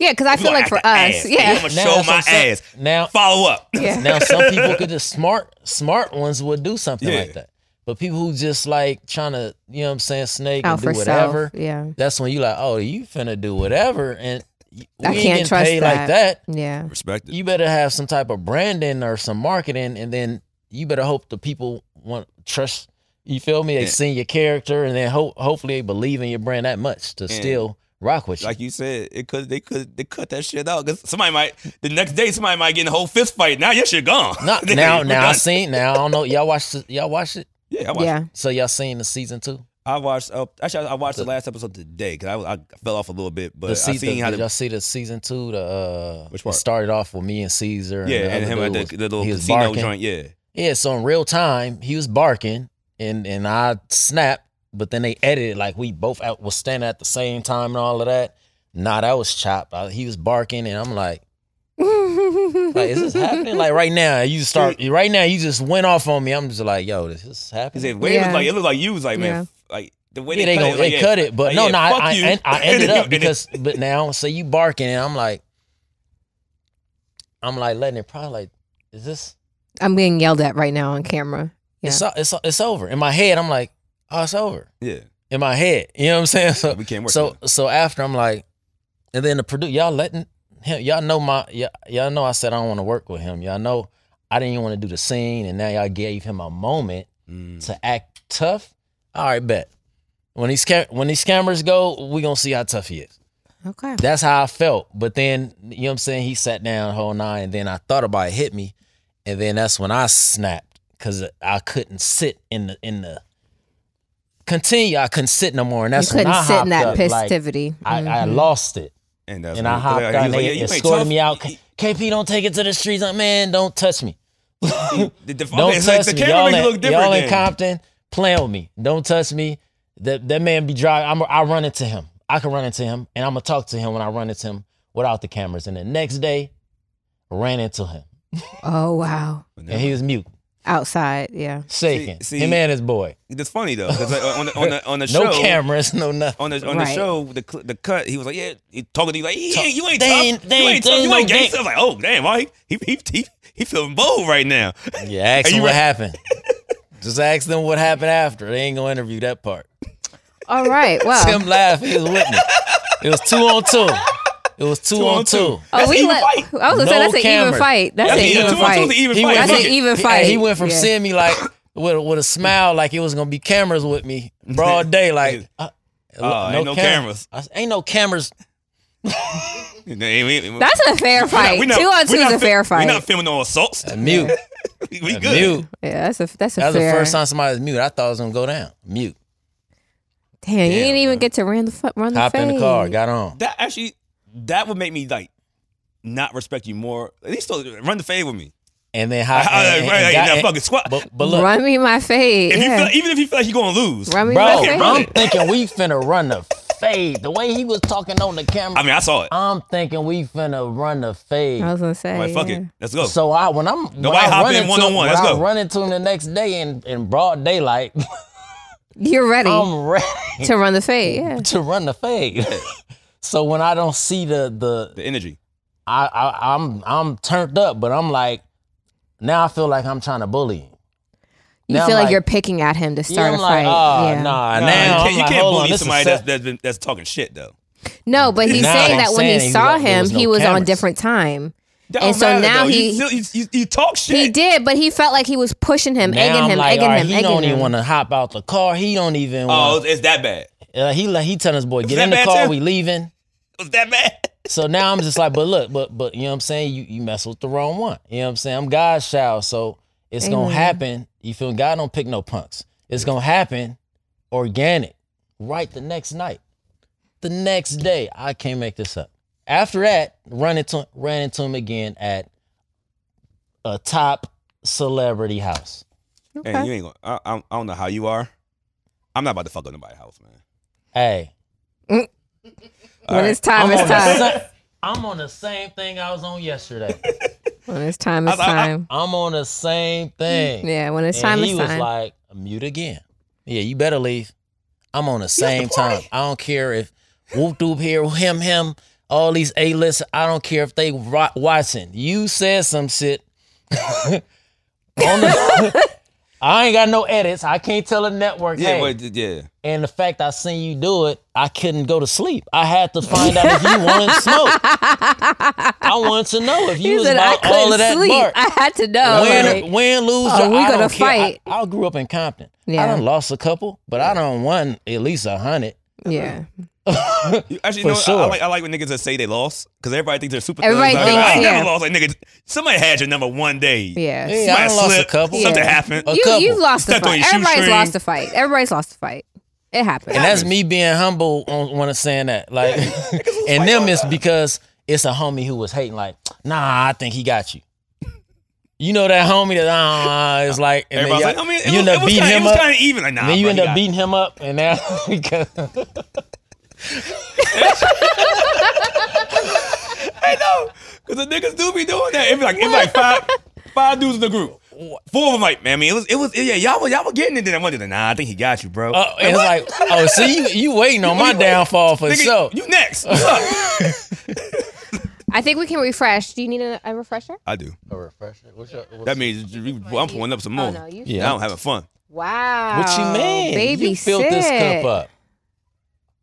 S1: yeah, because I
S3: you
S1: feel
S3: gonna
S1: like
S3: act
S1: for
S3: the
S1: us,
S3: ass. I'm
S1: yeah,
S3: gonna show
S2: that's what
S3: my
S2: I'm saying.
S3: ass.
S2: Now
S3: Follow up.
S1: yeah.
S2: now some people could just smart smart ones would do something
S3: Yeah.
S2: like that. But people who just like trying to, you know what I'm saying, snake
S1: Out
S2: and do
S1: Oh, for
S2: whatever,
S1: self, yeah,
S2: that's when you like, oh, you finna do whatever and y- we
S1: I
S2: ain't
S1: can't
S2: getting
S1: trust
S2: paid
S1: that.
S2: like that.
S1: yeah.
S3: Respect it.
S2: you better have some type of branding or some marketing, and then you better hope the people want trust. You feel me? They
S3: Yeah.
S2: seen your character, and then ho- hopefully they believe in your brand that much to
S3: Yeah.
S2: still rock with you.
S3: Like you said, it could they could they cut that shit out because somebody might the next day somebody might get in a whole fist fight. Now your shit gone.
S2: Not
S3: Nigga,
S2: now,
S3: we're
S2: now I
S3: done.
S2: seen now. I don't know. Y'all watched it- y'all watched it.
S3: yeah, I watched.
S1: Yeah,
S2: So y'all seen the season two?
S3: I watched. Uh, actually, I watched the
S2: The-
S3: last episode today because I, was- I fell off a little bit, but
S2: the
S3: I
S2: sea-
S3: seen
S2: the-
S3: how
S2: did
S3: the
S2: y'all see the season two? The uh,
S3: Which
S2: it
S3: part?
S2: started off with me and Caesar.
S3: yeah,
S2: the
S3: and
S2: other
S3: him at
S2: dude
S3: the,
S2: was-
S3: the little
S2: he was
S3: casino
S2: barking.
S3: joint. Yeah,
S2: Yeah, so in real time, he was barking and and I snapped, but then they edited like we both out was standing at the same time and all of that. Nah, that was chopped. I, he was barking and I'm like, like, is this happening? Like right now, you just start right now, you just went off on me. I'm just like, yo, this is
S3: he
S2: happening.
S3: said, "Wait, it
S1: Yeah.
S3: was like it looked like you was like man,
S1: Yeah.
S3: f- like the way
S2: Yeah, they,
S3: they, cut
S2: gon-
S3: it,
S2: they
S3: like, yeah,
S2: cut it, but
S3: like,
S2: no,
S3: yeah,
S2: no,
S3: fuck
S2: I, I,
S3: you.
S2: and I ended
S3: And
S2: up
S3: it-
S2: because, but now, so you barking and I'm like, I'm like letting it probably like, is this?
S1: I'm being yelled at right now on camera. Yeah.
S2: It's, o- it's o- it's over in my head. I'm like, oh, it's over.
S3: yeah,
S2: in my head. You know what I'm saying? So
S3: we can't work.
S2: so,
S3: together.
S2: so after I'm like, and then the producer, y'all letting him, y'all know my, y'all, y'all know I said I don't want to work with him. Y'all know I didn't want to do the scene, and now y'all gave him a moment
S3: Mm.
S2: to act tough. All right, bet. When these cam- when these cameras go, we gonna see how tough he is.
S1: Okay.
S2: That's how I felt. But then you know what I'm saying. He sat down the whole nine, and then I thought about it, hit me, and then that's when I snapped because I couldn't sit in the in the continue. I couldn't sit no more, and
S1: You
S2: that's when
S1: couldn't
S2: I
S1: sit in
S2: hopped
S1: that
S2: up, like,
S1: passivity. Mm-hmm.
S2: I, I lost it
S3: and, that's
S2: and
S3: when-
S2: I hopped out
S3: like, he was
S2: and
S3: like,
S2: they
S3: yeah, you ain't
S2: escorted
S3: tough.
S2: me out.
S3: You-
S2: K- KP, don't take it to the streets. Like, man, don't touch me.
S3: you- The, the,
S2: Don't
S3: it's like,
S2: touch
S3: the
S2: me.
S3: camera
S2: Y'all,
S3: makes it
S2: in,
S3: look different.
S2: y'all in
S3: then.
S2: Compton playing with me. Don't touch me. That that man be driving. I'm, I run into him. I can run into him, and I'm gonna talk to him when I run into him without the cameras. And the next day, ran into him,
S1: oh wow.
S2: and he was mute,
S1: Outside, yeah.
S2: shaking.
S3: See-
S2: him
S3: see-
S2: and his boy.
S3: It's funny though because like, on the on the on the
S2: No
S3: show
S2: cameras, no nothing.
S3: on the on the
S1: Right.
S3: show the cl- the cut he was like yeah he talking to you like he
S2: Talk-
S3: ain't- you ain't
S2: they
S3: tough
S2: ain't- they
S3: you
S2: ain't
S3: ain't tough
S2: doing
S3: you
S2: no
S3: ain't
S2: game.
S3: gangster I was like oh damn why he he he he feeling bold right now
S2: Yeah, ask
S3: Are
S2: them
S3: you
S2: what
S3: re-
S2: happened. Just ask them what happened after. They ain't gonna interview that part.
S1: All right. Well.
S2: Tim laughed. He was with me. It was two on two. It was two, on
S3: on
S2: two.
S3: two.
S1: Oh,
S3: That's
S1: we
S3: even
S1: let, I
S3: fight.
S1: was gonna say
S2: No
S1: that's an even
S2: camera.
S1: fight. That's,
S3: That's
S1: an
S3: a-
S1: even
S3: two on
S1: fight.
S3: two's an even
S2: He
S3: fight.
S2: went
S1: That's
S2: from-
S1: an even
S2: he-
S1: fight.
S2: He, went from
S1: Yeah.
S2: seeing me like with a, with a smile, like it was gonna be cameras with me broad day, like uh,
S3: Oh, ain't no cameras.
S2: I s- ain't no cameras.
S1: That's a fair fight.
S3: We're not-
S1: two
S3: we're
S1: on
S3: not
S1: two is a
S3: fi-
S1: fair fight.
S3: We're not filming no assaults.
S2: A mute.
S3: we
S2: A
S3: good.
S2: mute.
S1: yeah, that's a that's a
S2: That was the
S1: fair.
S2: first time somebody was mute. I thought it was gonna go down. Mute.
S1: Damn, you didn't
S3: Damn,
S1: even
S3: bro.
S1: get to run the fu- run the
S2: Hopped in the
S1: fade.
S2: car. Got on.
S3: That actually, that would make me like not respect you more. At least still run the fade with me.
S2: And then
S3: I,
S2: hop.
S3: I,
S2: and- and-
S3: right,
S2: and
S3: like,
S2: got-
S3: that
S2: and-
S3: fucking squat.
S2: But but look,
S1: Run me my fade.
S3: if
S1: yeah.
S3: you feel, even if you feel like you're gonna lose,
S1: run me
S2: bro.
S1: my fade.
S2: I'm
S3: it.
S2: thinking we finna run the fade. The way he was talking on the camera,
S3: I mean, I saw it.
S2: I'm thinking we finna run the fade.
S1: I was gonna say.
S3: I'm like, fuck
S1: yeah.
S3: it, let's go.
S2: So I when I'm when
S3: Nobody
S2: I
S3: hop
S2: run
S3: in
S2: into-
S3: one-on-one.
S2: when
S3: Let's
S2: I
S3: go.
S2: run into him the next day in, in broad daylight.
S1: You're ready
S2: I'm ready
S1: to run the fade. Yeah.
S2: to run the fade. so when I don't see the the
S3: the energy.
S2: I, I I'm I'm turned up, but I'm like now I feel like I'm trying to bully. him.
S1: You
S2: Now
S1: feel
S2: I'm
S1: like,
S2: like-
S1: you're picking at him to
S2: Yeah,
S1: start
S2: I'm
S1: a
S2: like,
S1: fight.
S2: oh,
S1: yeah.
S2: nah,
S3: Nah,
S2: now
S3: you can't,
S2: I'm
S3: you
S2: like,
S3: can't
S2: hold
S3: bully
S2: on, this
S3: somebody
S2: is
S3: that's,
S2: set.
S3: that's been that's talking shit though.
S1: No, but he's
S2: Nah,
S1: saying
S2: I'm
S1: that when he
S2: saying
S1: saw
S2: he was- there
S1: him,
S2: was no
S1: he was on
S2: cameras.
S1: different time.
S3: That
S1: And
S3: don't
S1: so
S3: matter,
S1: now
S3: though.
S1: he-
S3: you, still- you, you, you talk shit.
S1: He did, but he felt like he was pushing him,
S2: now
S1: egging
S2: I'm
S1: him,
S2: like,
S1: egging
S2: all right,
S1: him,
S2: he
S1: egging
S2: don't
S1: him.
S2: even want to hop out the car. He don't even
S3: Oh,
S2: want.
S3: it's, it's that bad.
S2: Uh, he like he telling his boy, get
S3: that
S2: in the
S3: bad
S2: car.
S3: too?
S2: We leaving.
S3: It's that bad.
S2: So now I'm just like, but look, but but you know what I'm saying? You you mess with the wrong one. You know what I'm saying? I'm God's child, so it's gonna
S1: Amen.
S2: happen. You feel me? God don't pick no punks. It's gonna happen organic, right the next night. the next day, I can't make this up. After that, run into ran into him again at a top celebrity house.
S1: Okay.
S3: Hey, you ain't gonna. I, I, I don't know how you are. I'm not about to fuck up nobody's house, man.
S2: Hey,
S1: when
S3: Alright.
S1: it's time,
S2: I'm
S1: it's
S2: on the
S1: time.
S2: sa- I'm on the same thing I was on yesterday.
S1: When it's time, it's
S3: I- I- I-
S1: time.
S2: I'm on the same thing.
S1: Yeah, when it's
S2: and
S1: time,
S2: he
S1: it's
S2: was
S1: time.
S2: like, mute again. Yeah, you better leave. I'm on the same time. I don't care if Whoop Doop here, him, him, all these A list. I don't care if they ro- watching. You said some shit. on the, I ain't got no edits. I can't tell the network.
S3: Yeah,
S2: hey.
S3: but yeah.
S2: and the fact I seen you do it, I couldn't go to sleep. I had to find out if you wanted to smoke. I wanted to know if you
S1: He
S2: was
S1: said, I
S2: about all of
S1: couldn't
S2: that
S1: sleep.
S2: bark
S1: I had to know.
S2: win,
S1: like-
S2: win, lose.
S1: oh,
S2: or
S1: we
S2: I
S1: gonna
S2: don't care. I-
S1: fight.
S2: I, grew up in Compton. I
S1: Yeah.
S2: done lost a couple, but I done won at least a hundred.
S1: yeah.
S3: You- Actually, you
S2: For
S3: know, what? I, I
S2: sure.
S3: like I like when niggas that say they lost because everybody thinks they're super.
S1: Everybody
S3: thugs. Like, I ain't
S1: thinks, yeah.
S3: never lost. Like nigga, somebody had your number one day.
S1: Yeah.
S2: Yeah, I
S3: Somebody
S2: done lost a
S3: slipped,
S2: couple.
S3: Something
S1: Yeah.
S3: happened.
S2: A
S1: you,
S2: couple.
S1: You've lost a
S3: Stepped on
S1: fight.
S3: your
S1: Everybody's
S3: shoestring.
S1: lost a fight. Everybody's lost a fight. It happens.
S2: And that's me being humble on when I'm saying that. Like, and them is because it's a homie who was hating. Like, nah, I think he got you. You know that homie that ah is like, and then
S3: Everybody's like,
S2: y'all-
S3: I mean, it
S2: you
S3: was,
S2: end
S3: it
S2: up
S3: was
S2: beating
S3: kinda,
S2: him
S3: it was
S2: up.
S3: kind of even. Like, nah,
S2: And then you
S3: bro,
S2: end
S3: he
S2: up
S3: got-
S2: beating him up, and now because
S3: I know, because the niggas do be doing that. It'd be like, it'd be like five, five dudes in the group. Four of them like, man, I mean, it was, it was, yeah, y'all were, y'all were getting it. Then I went, nah, I think he got you, bro.
S2: uh, it's like, oh, see, you, you waiting on my downfall for
S3: Nigga,
S2: sure.
S3: you next. What's up?
S1: I think we can refresh. Do you need a, a refresher?
S3: I do.
S2: A refresher. What's your, what's
S3: That means you- I'm pulling up some more.
S1: Oh, no, you
S2: Yeah.
S3: Now I'm having fun.
S1: Wow.
S2: What you mean?
S1: Baby
S2: you filled this
S1: sick.
S2: cup up.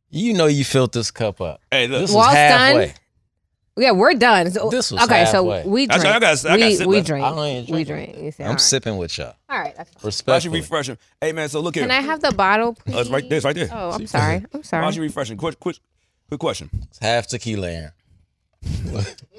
S2: You know you filled this cup up.
S3: Hey, look.
S2: This
S1: Walt's
S2: was halfway.
S1: done? Yeah, we're done. So,
S2: This was
S1: okay,
S2: halfway.
S1: so we
S3: That's
S1: drink.
S3: right, I got- I got
S1: we,
S3: sip
S1: we
S3: left.
S1: drink.
S2: I don't even
S1: We
S2: drink.
S1: drink. You say,
S2: I'm
S1: all right.
S2: sipping with y'all.
S1: All right. That's fine.
S3: Why don't you
S2: Respectfully.
S3: refresh him? Hey, man, so look here.
S1: Can I have the bottle, please?
S3: Oh, it's right there. It's right there.
S1: Oh, I'm
S3: See?
S1: sorry. I'm
S3: Why don't you
S1: sorry.
S3: refresh him? Quick, quick, quick question.
S2: It's half tequila in. here.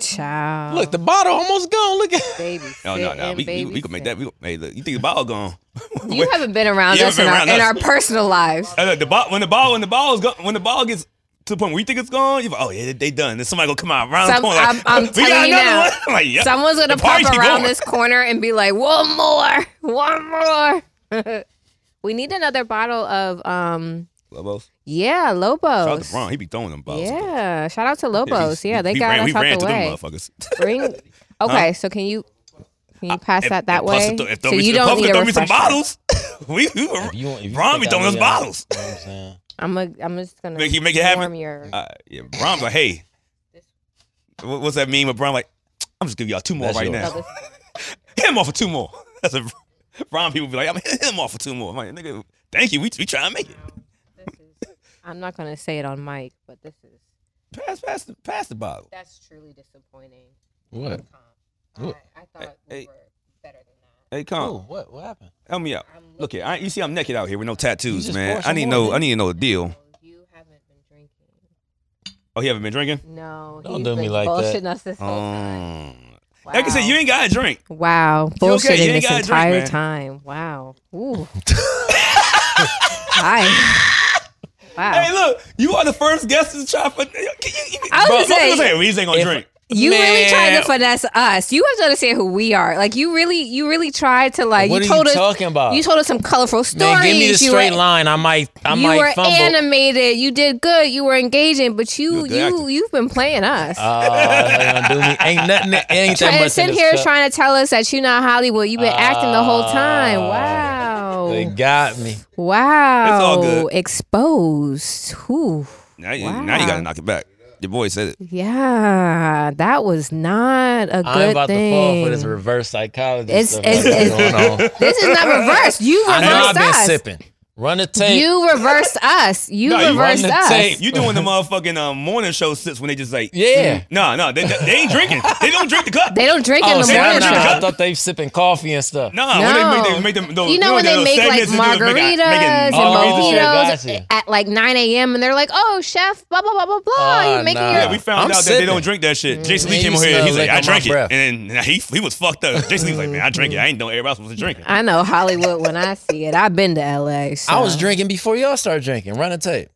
S1: Child. Oh.
S2: Look, the bottle almost gone. Look at
S1: baby.
S3: Oh, no, no.
S1: sitting,
S3: We, we,
S1: baby
S3: we could make
S1: sitting.
S3: that. We, could- hey, look, you think the ball gone?
S1: You haven't been around
S3: You
S1: us
S3: haven't
S1: in
S3: been
S1: our
S3: around
S1: in
S3: us.
S1: our personal lives.
S3: Hey, look, the ball, when the ball, when the ball is gone, when the ball gets to the point where you think it's gone, you're like, oh yeah, they, they done. Then somebody gonna come out around
S1: Some-
S3: the corner. Like,
S1: I'm- I'm
S3: we got
S1: telling you
S3: another
S1: now.
S3: one. I'm like, yep.
S1: Someone's gonna
S3: The
S1: pop
S3: party keep
S1: around
S3: going.
S1: this corner and be like, "One more, one more." we need another bottle of um,
S3: Lobos.
S1: yeah,
S3: Shout out
S1: Lobos.
S3: to Bron. He be throwing them balls.
S1: Oh, yeah, shout out to
S3: we-
S1: Lobos. Yeah, they
S3: we
S1: got
S3: ran,
S1: us
S3: we
S1: out
S3: ran
S1: the
S3: through
S1: way.
S3: them motherfuckers. Uh,
S1: Bring. Okay, so can you can you pass
S3: If-
S1: that that
S3: if Puff
S1: way?
S3: could throw- if
S1: so
S3: throw me-
S1: you
S3: if
S1: don't
S3: Puff
S1: need
S3: could
S1: a
S3: throw me some
S1: refresher.
S3: bottles. we we were.
S2: you want- if you
S3: Bron be
S2: think I
S3: throwing us
S2: need y'all-
S3: bottles.
S2: uh, You know what I'm saying?
S1: I'm a, I'm just gonna
S3: Make you- make it happen?
S1: warm Your,
S3: Uh, yeah, Bron's like, hey, What- what's that mean with Bron? Like, I'm just giving y'all two more
S2: That's
S3: right
S2: yours.
S3: now.
S1: Lobos.
S3: hit him off for two more. That's a Ron people be like, I'm hitting him off for two more. I'm like, nigga, thank you. We, we trying to make it.
S1: I'm not gonna say it on mic, but this is
S3: Pass, pass, the, pass the bottle.
S1: that's truly disappointing.
S2: What?
S1: Um, I, I thought
S3: we Hey.
S1: were better than that.
S3: Hey, come.
S2: Ooh, what? What happened?
S3: Help me out. Look here, I, you see, I'm naked out here with no
S2: You
S3: tattoos,
S2: just
S3: man.
S2: poured
S3: I need
S2: some
S3: no,
S2: more,
S3: I need to know the deal.
S1: You haven't been drinking.
S3: Oh, he haven't been drinking.
S1: No,
S2: Don't
S1: he's
S2: do me
S1: been
S2: like that.
S1: bullshitting us this
S2: Oh,
S1: whole time.
S3: Um, Like I said, you ain't got a drink.
S1: wow,
S3: You
S1: bullshitting
S3: okay? You ain't
S1: this
S3: gotta drink,
S1: entire
S3: man.
S1: time. Wow. Ooh. Hi. Wow.
S3: Hey, look, you are the first guest to try for. Can you, you,
S1: I was
S3: Bro,
S1: gonna
S3: motherfuckers
S1: say-
S3: say, we just ain't gonna
S2: If-
S3: drink.
S1: you really
S2: Man.
S1: tried to finesse us. You have to understand who we are. Like you really, you really tried to like.
S2: What
S1: Uh, you
S2: are you
S1: told us,
S2: talking about?
S1: You told us some colorful stories.
S2: Man, give me the
S1: You
S2: straight
S1: were-
S2: line. I might, I
S1: you
S2: might
S1: were
S2: fumble.
S1: animated. You did good. You were engaging, but you
S3: You're a good
S1: you
S3: actor.
S1: you've been playing us.
S2: Oh, that don't do me. Ain't nothing. Ain't that
S1: trying
S2: much
S1: to sit
S2: in this
S1: here
S2: cup.
S1: trying to tell us that you're not Hollywood. You've been acting the whole time. Wow.
S2: They got me.
S1: wow.
S3: It's all good.
S1: Exposed. Whew.
S3: Now, you, now you
S1: Wow.
S3: gotta knock it back. Your boy said it.
S1: Yeah. That was not a good
S2: I'm about
S1: thing.
S2: to fall for this reverse psychology
S1: It's-
S2: stuff
S1: it's-
S2: that's
S1: it's-
S2: going on.
S1: This is not reversed. You
S2: I know I've
S1: reversed
S2: been
S1: us.
S2: sipping. Run the tape.
S1: You reversed us. You
S3: No, you
S1: reversed
S2: run the
S1: us.
S2: tape.
S3: You doing the motherfucking um, morning show sits when they just like,
S2: Yeah.
S3: no, no, they, they ain't drinking. They don't drink the cup.
S1: They don't drink
S2: Oh,
S1: in the
S2: see, I,
S1: morning.
S2: nah,
S1: show.
S2: I thought they sipping coffee and stuff.
S3: Nah,
S1: No.
S3: when they make, they make them, those,
S1: you know when they
S3: those
S1: make like
S3: segments and do
S1: margaritas
S3: it, make a-
S1: and
S3: make a-
S2: Oh, shit,
S1: mojitos
S2: gotcha.
S1: at like 9 a.m. and they're like, "Oh, chef, blah blah blah blah blah,
S2: Oh,
S1: you making
S2: nah.
S1: your
S3: Yeah, we found
S2: I'm
S3: out that they
S2: sipping.
S3: don't drink that shit.
S1: Mm.
S3: Jason Lee
S2: Man,
S3: came
S2: you
S3: over here.
S2: smell
S3: He's like,
S2: lick on
S3: I
S2: my
S3: drank it,
S2: breath.
S3: and then he he was fucked up. Jason Lee was like, man, I drank it. I ain't know everybody was supposed to drink it.
S1: I know Hollywood when I see it. I've been to LA. So. Uh-huh.
S2: I was drinking before y'all started drinking. Run the tape.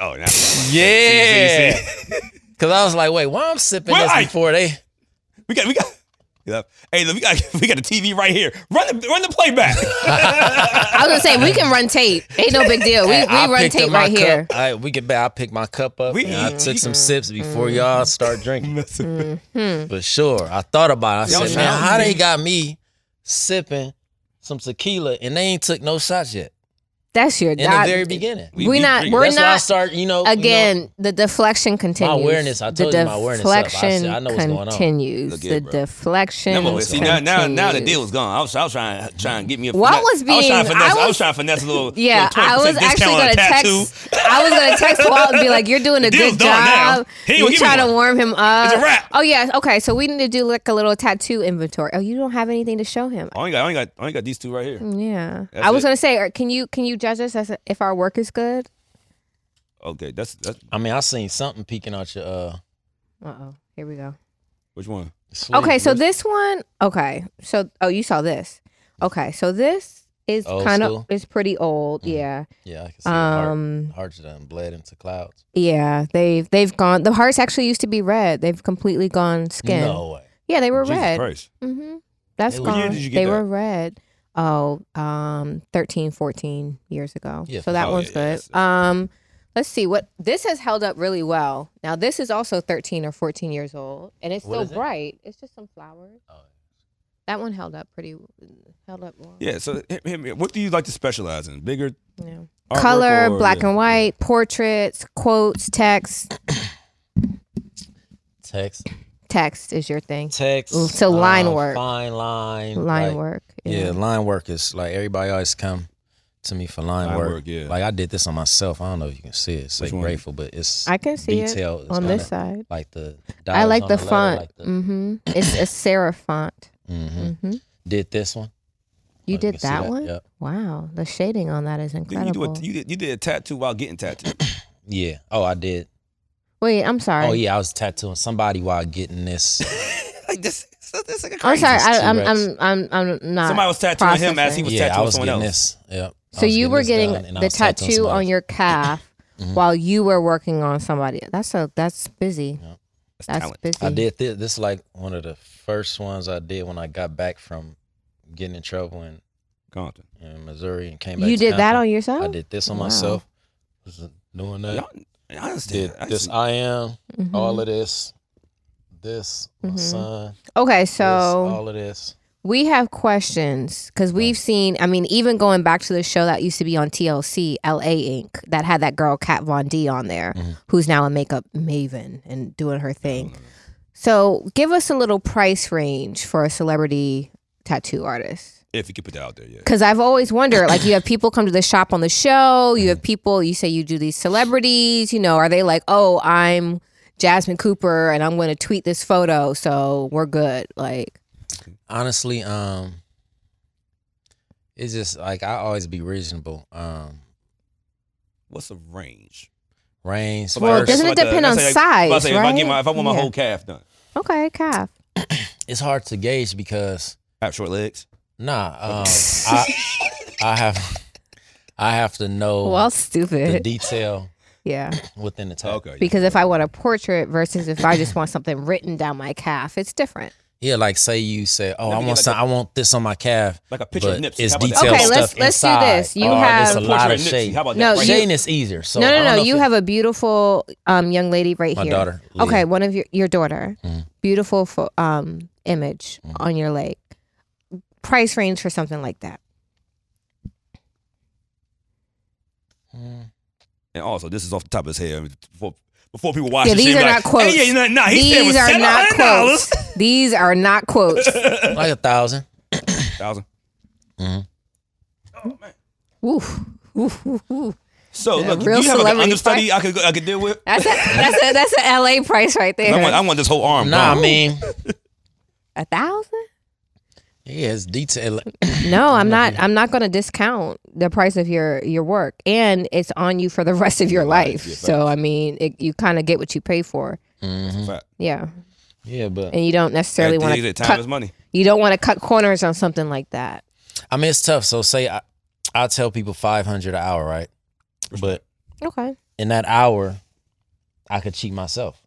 S3: Oh, that's
S2: Yeah.
S3: See, see,
S2: Cause I was like, wait, why I'm sipping
S3: Why
S2: this
S3: I-
S2: before they
S3: we got we got. Yeah. Hey, look, we got we got a TV right here. Run the run the playback.
S1: I was gonna say we can run tape. Ain't no big deal. We, we
S2: I
S1: run
S2: picked up
S1: tape
S2: my
S1: right
S2: cup.
S1: here.
S2: I we get back. I picked my cup up.
S3: We-
S2: and I took some sips before y'all start drinking.
S1: Mm-hmm.
S2: For sure, I thought about it. I
S3: Y'all
S2: said, man,
S3: sound
S2: how they
S3: deep."
S2: got me sipping some tequila and they ain't took no shots yet
S1: That's your
S2: in
S1: that-
S2: the very beginning.
S1: We not-
S3: free.
S1: we're
S2: That's why I
S1: not-
S2: start, you know, you know,
S1: Again, the deflection continues.
S2: awareness, I told
S1: the
S2: you my awareness up. I said,
S1: deflection
S2: I know what's going on.
S1: continues.
S3: Look at
S1: the
S3: it, bro.
S1: deflection.
S3: Now, but see, now, now, now the
S1: continues.
S3: deal is gone. I was, I was trying, trying to get me a.
S1: What
S3: finesse-
S1: was
S3: I was
S1: being-
S3: trying to finesse.
S1: I
S3: I
S1: was-
S3: was trying to finesse a little.
S1: Yeah,
S3: little
S1: I was
S3: 20%
S1: actually
S3: discount on
S1: gonna
S3: a tattoo.
S1: text. I was gonna text Walt and be like, "You're doing a
S3: Deal's
S1: good
S3: done now.
S1: job.
S3: He ain't
S1: You
S3: gonna give me
S1: try to
S3: one.
S1: warm him up.
S3: It's a wrap.
S1: Oh yeah, okay. So we need to do like a little tattoo inventory. Oh, you don't have anything to show him.
S3: I only got, I only got, I only got these two right here.
S1: Yeah,
S3: That's
S1: I was
S3: it.
S1: gonna say, or can you can you judge us as if our work is good?
S3: Okay, that's that's
S2: I mean, I seen something peeking out your uh.
S1: Uh oh, here we go.
S3: which one?
S2: sleeve.
S1: Okay, so
S2: What's-
S1: this one. Okay, so oh, you saw this. Okay, so this is
S2: Old
S1: kind of
S2: school?
S1: is pretty old.
S2: Mhm.
S1: Yeah.
S2: yeah, I can see um,
S1: Um.
S2: heart, hearts done bled into clouds.
S1: Yeah, they've they've gone. The hearts actually used to be red. They've completely gone skin.
S2: No way.
S1: Yeah, they were
S3: Jesus
S1: red.
S3: Christ.
S1: Mm-hmm. That's
S2: Hey, what
S1: gone.
S2: year
S3: did you get
S1: they
S3: that?
S1: were red. Oh, um, 13, 14 years ago.
S2: Yeah,
S1: so that
S3: oh,
S1: one's
S3: yeah, yeah,
S1: good.
S3: that's-
S1: um, let's see what this has held up really well. Now this is also thirteen or fourteen years old, and it's
S2: What
S1: still
S2: is it?
S1: bright. It's just some flowers.
S2: Oh.
S1: That one held up pretty. Held up well.
S3: Yeah. So, hit, hit me. what do you like to specialize in? Bigger
S1: Yeah.
S3: artwork
S1: Color,
S3: or-
S1: black
S3: yeah.
S1: and white, portraits, quotes, text.
S2: Text,
S1: Text is your thing.
S2: text. uh,
S1: Ooh, so line work.
S2: fine line,
S1: Line
S2: like,
S1: work.
S2: Yeah. line work is like everybody always come to me for line,
S3: Line
S2: work.
S3: work, yeah.
S2: Like I did this on myself. I don't know if you can see it. It's
S3: Which
S2: like
S3: one?
S2: grateful, but it's
S1: I can see it
S2: detailed. It's
S1: on
S2: kinda
S1: this side.
S2: Like the
S1: I
S2: dollars
S1: like
S2: on
S1: the,
S2: letter,
S1: font.
S2: like the-
S1: mm-hmm. It's a serif font.
S2: Mhm.
S1: Mm-hmm.
S2: Did this one?
S1: You
S2: Oh,
S1: did
S2: can see
S1: that one?
S2: Yep.
S1: Wow, the shading on that is
S3: Dude, you, do
S1: incredible.
S3: a, you, did, you did a tattoo while getting tattooed.
S2: Yeah. Oh, I did.
S1: Wait, I'm sorry.
S2: Oh yeah, I was tattooing somebody while getting this.
S3: like this, this is
S1: I'm
S3: crazy.
S1: sorry. I, I'm,
S2: T-Rex.
S1: I'm I'm I'm not.
S3: Somebody was tattooing him as he
S1: processing.
S3: was
S2: yeah, I
S3: tattooing
S2: was
S3: someone
S2: getting
S3: else.
S2: this. Yep. I
S1: so
S2: was
S1: you were
S2: this
S1: getting
S2: done, and I
S1: the
S2: was tattooing
S1: tattoo
S2: somebody.
S1: on your calf
S2: Mhm.
S1: while you were working on somebody. That's a that's busy. That's
S3: talent.
S1: busy.
S2: I did this. This is like one of the first ones I did when I got back from getting in trouble in,
S3: Compton.
S2: in Missouri and came back.
S1: You
S2: to
S1: did that
S2: Compton.
S1: on yourself.
S2: I did this on
S1: Wow.
S2: myself. Was doing that.
S3: Y'all, I understand.
S2: Did
S3: I
S2: Uh, this
S3: see-
S2: I am
S1: Mhm.
S2: all of this, this my
S1: Mhm.
S2: son,
S1: Okay,
S2: this,
S1: so
S2: all of this.
S1: we have questions because we've seen. I mean, even going back to the show that used to be on TLC, LA Inc. that had that girl Kat Von D on there,
S2: Mhm.
S1: who's now a makeup maven and doing her thing. So, give us a little price range for a celebrity tattoo artist.
S3: If you could put that out there, yeah.
S1: Because I've always wondered, like, you have people come to the shop on the show, you have people, you say you do these celebrities, you know, are they like, oh, I'm Jasmine Cooper and I'm going to tweet this photo, so we're good? Like,
S2: Honestly, um, it's just like I always be reasonable. Um,
S3: What's the range?
S2: range
S1: Well,
S2: first.
S1: doesn't it
S3: Like the-
S1: depend on
S3: that's
S1: size,
S3: If I, say, if I get
S1: right?
S3: my, if I want my
S1: Yeah.
S3: whole calf done,
S1: okay, calf.
S2: It's hard to gauge because
S3: I have short legs.
S2: nah, um, I I have I have to know
S1: Well,
S2: the
S1: stupid.
S2: detail
S1: yeah.
S2: within the tattoo.
S3: Okay. yeah.
S1: Because if I want a portrait versus if I just want something written down my calf, it's different.
S2: Yeah, like say you say, oh,
S3: Let
S2: I
S3: me
S2: want
S3: get
S2: some,
S3: like
S2: I want this on my calf.
S3: Like a picture
S2: but
S3: of Nipsey.
S2: It's
S3: How about
S2: detailed
S3: that?
S1: Okay, let's-
S2: stuff
S1: let's do
S2: inside.
S1: this. You
S2: oh,
S1: have-
S2: there's a lot of
S3: Portrait of Nipsey.
S2: shade.
S3: How about
S1: No,
S3: that? Right
S1: you-
S3: there.
S2: Shading is easier. So
S1: no,
S2: I
S1: no,
S2: don't know
S1: no.
S2: if
S1: You have a beautiful um, young lady right
S2: my
S1: here.
S2: daughter. Leah.
S1: Okay, one of your your daughter,
S2: Mhm.
S1: beautiful fo- um image
S2: Mhm.
S1: on your leg. Price range for something like that.
S2: Mm.
S3: And also, Oh, this is off the top of his head. Before, before people watch
S1: Yeah,
S3: this,
S1: these
S3: shit,
S1: are
S3: be
S1: not
S3: like,
S1: quotes.
S3: Hey, yeah, nah, nah, he said it
S1: These
S3: was
S1: are not
S3: $700.
S1: quotes. These are not quotes.
S2: like a thousand.
S3: Thousand.
S1: Woof. Woof, woof, woof.
S3: So look, do
S1: real
S3: you have like an
S1: celebrity
S3: understudy I could go- I could deal with?
S1: That's a that's a that's a LA price right there.
S3: I want, I want this whole arm.
S2: Nah, I
S3: gone.
S2: mean,
S1: a thousand?
S2: yeah, it's detail.
S1: No, I'm not. I'm not going to discount the price of your your work, and it's on you for the rest of your life.
S3: yeah,
S1: so I mean, it, you kind of get what you pay for.
S2: Mhm.
S3: Fact.
S1: Yeah,
S2: Yeah, but
S1: and you don't necessarily
S3: At the
S1: want
S3: end
S1: to
S3: of the time is
S1: cut.
S3: money.
S1: You don't want to cut corners on something like that.
S2: I mean, it's tough. So say I, I tell people five hundred an hour, right? But
S1: Okay.
S2: in that hour, I could cheat myself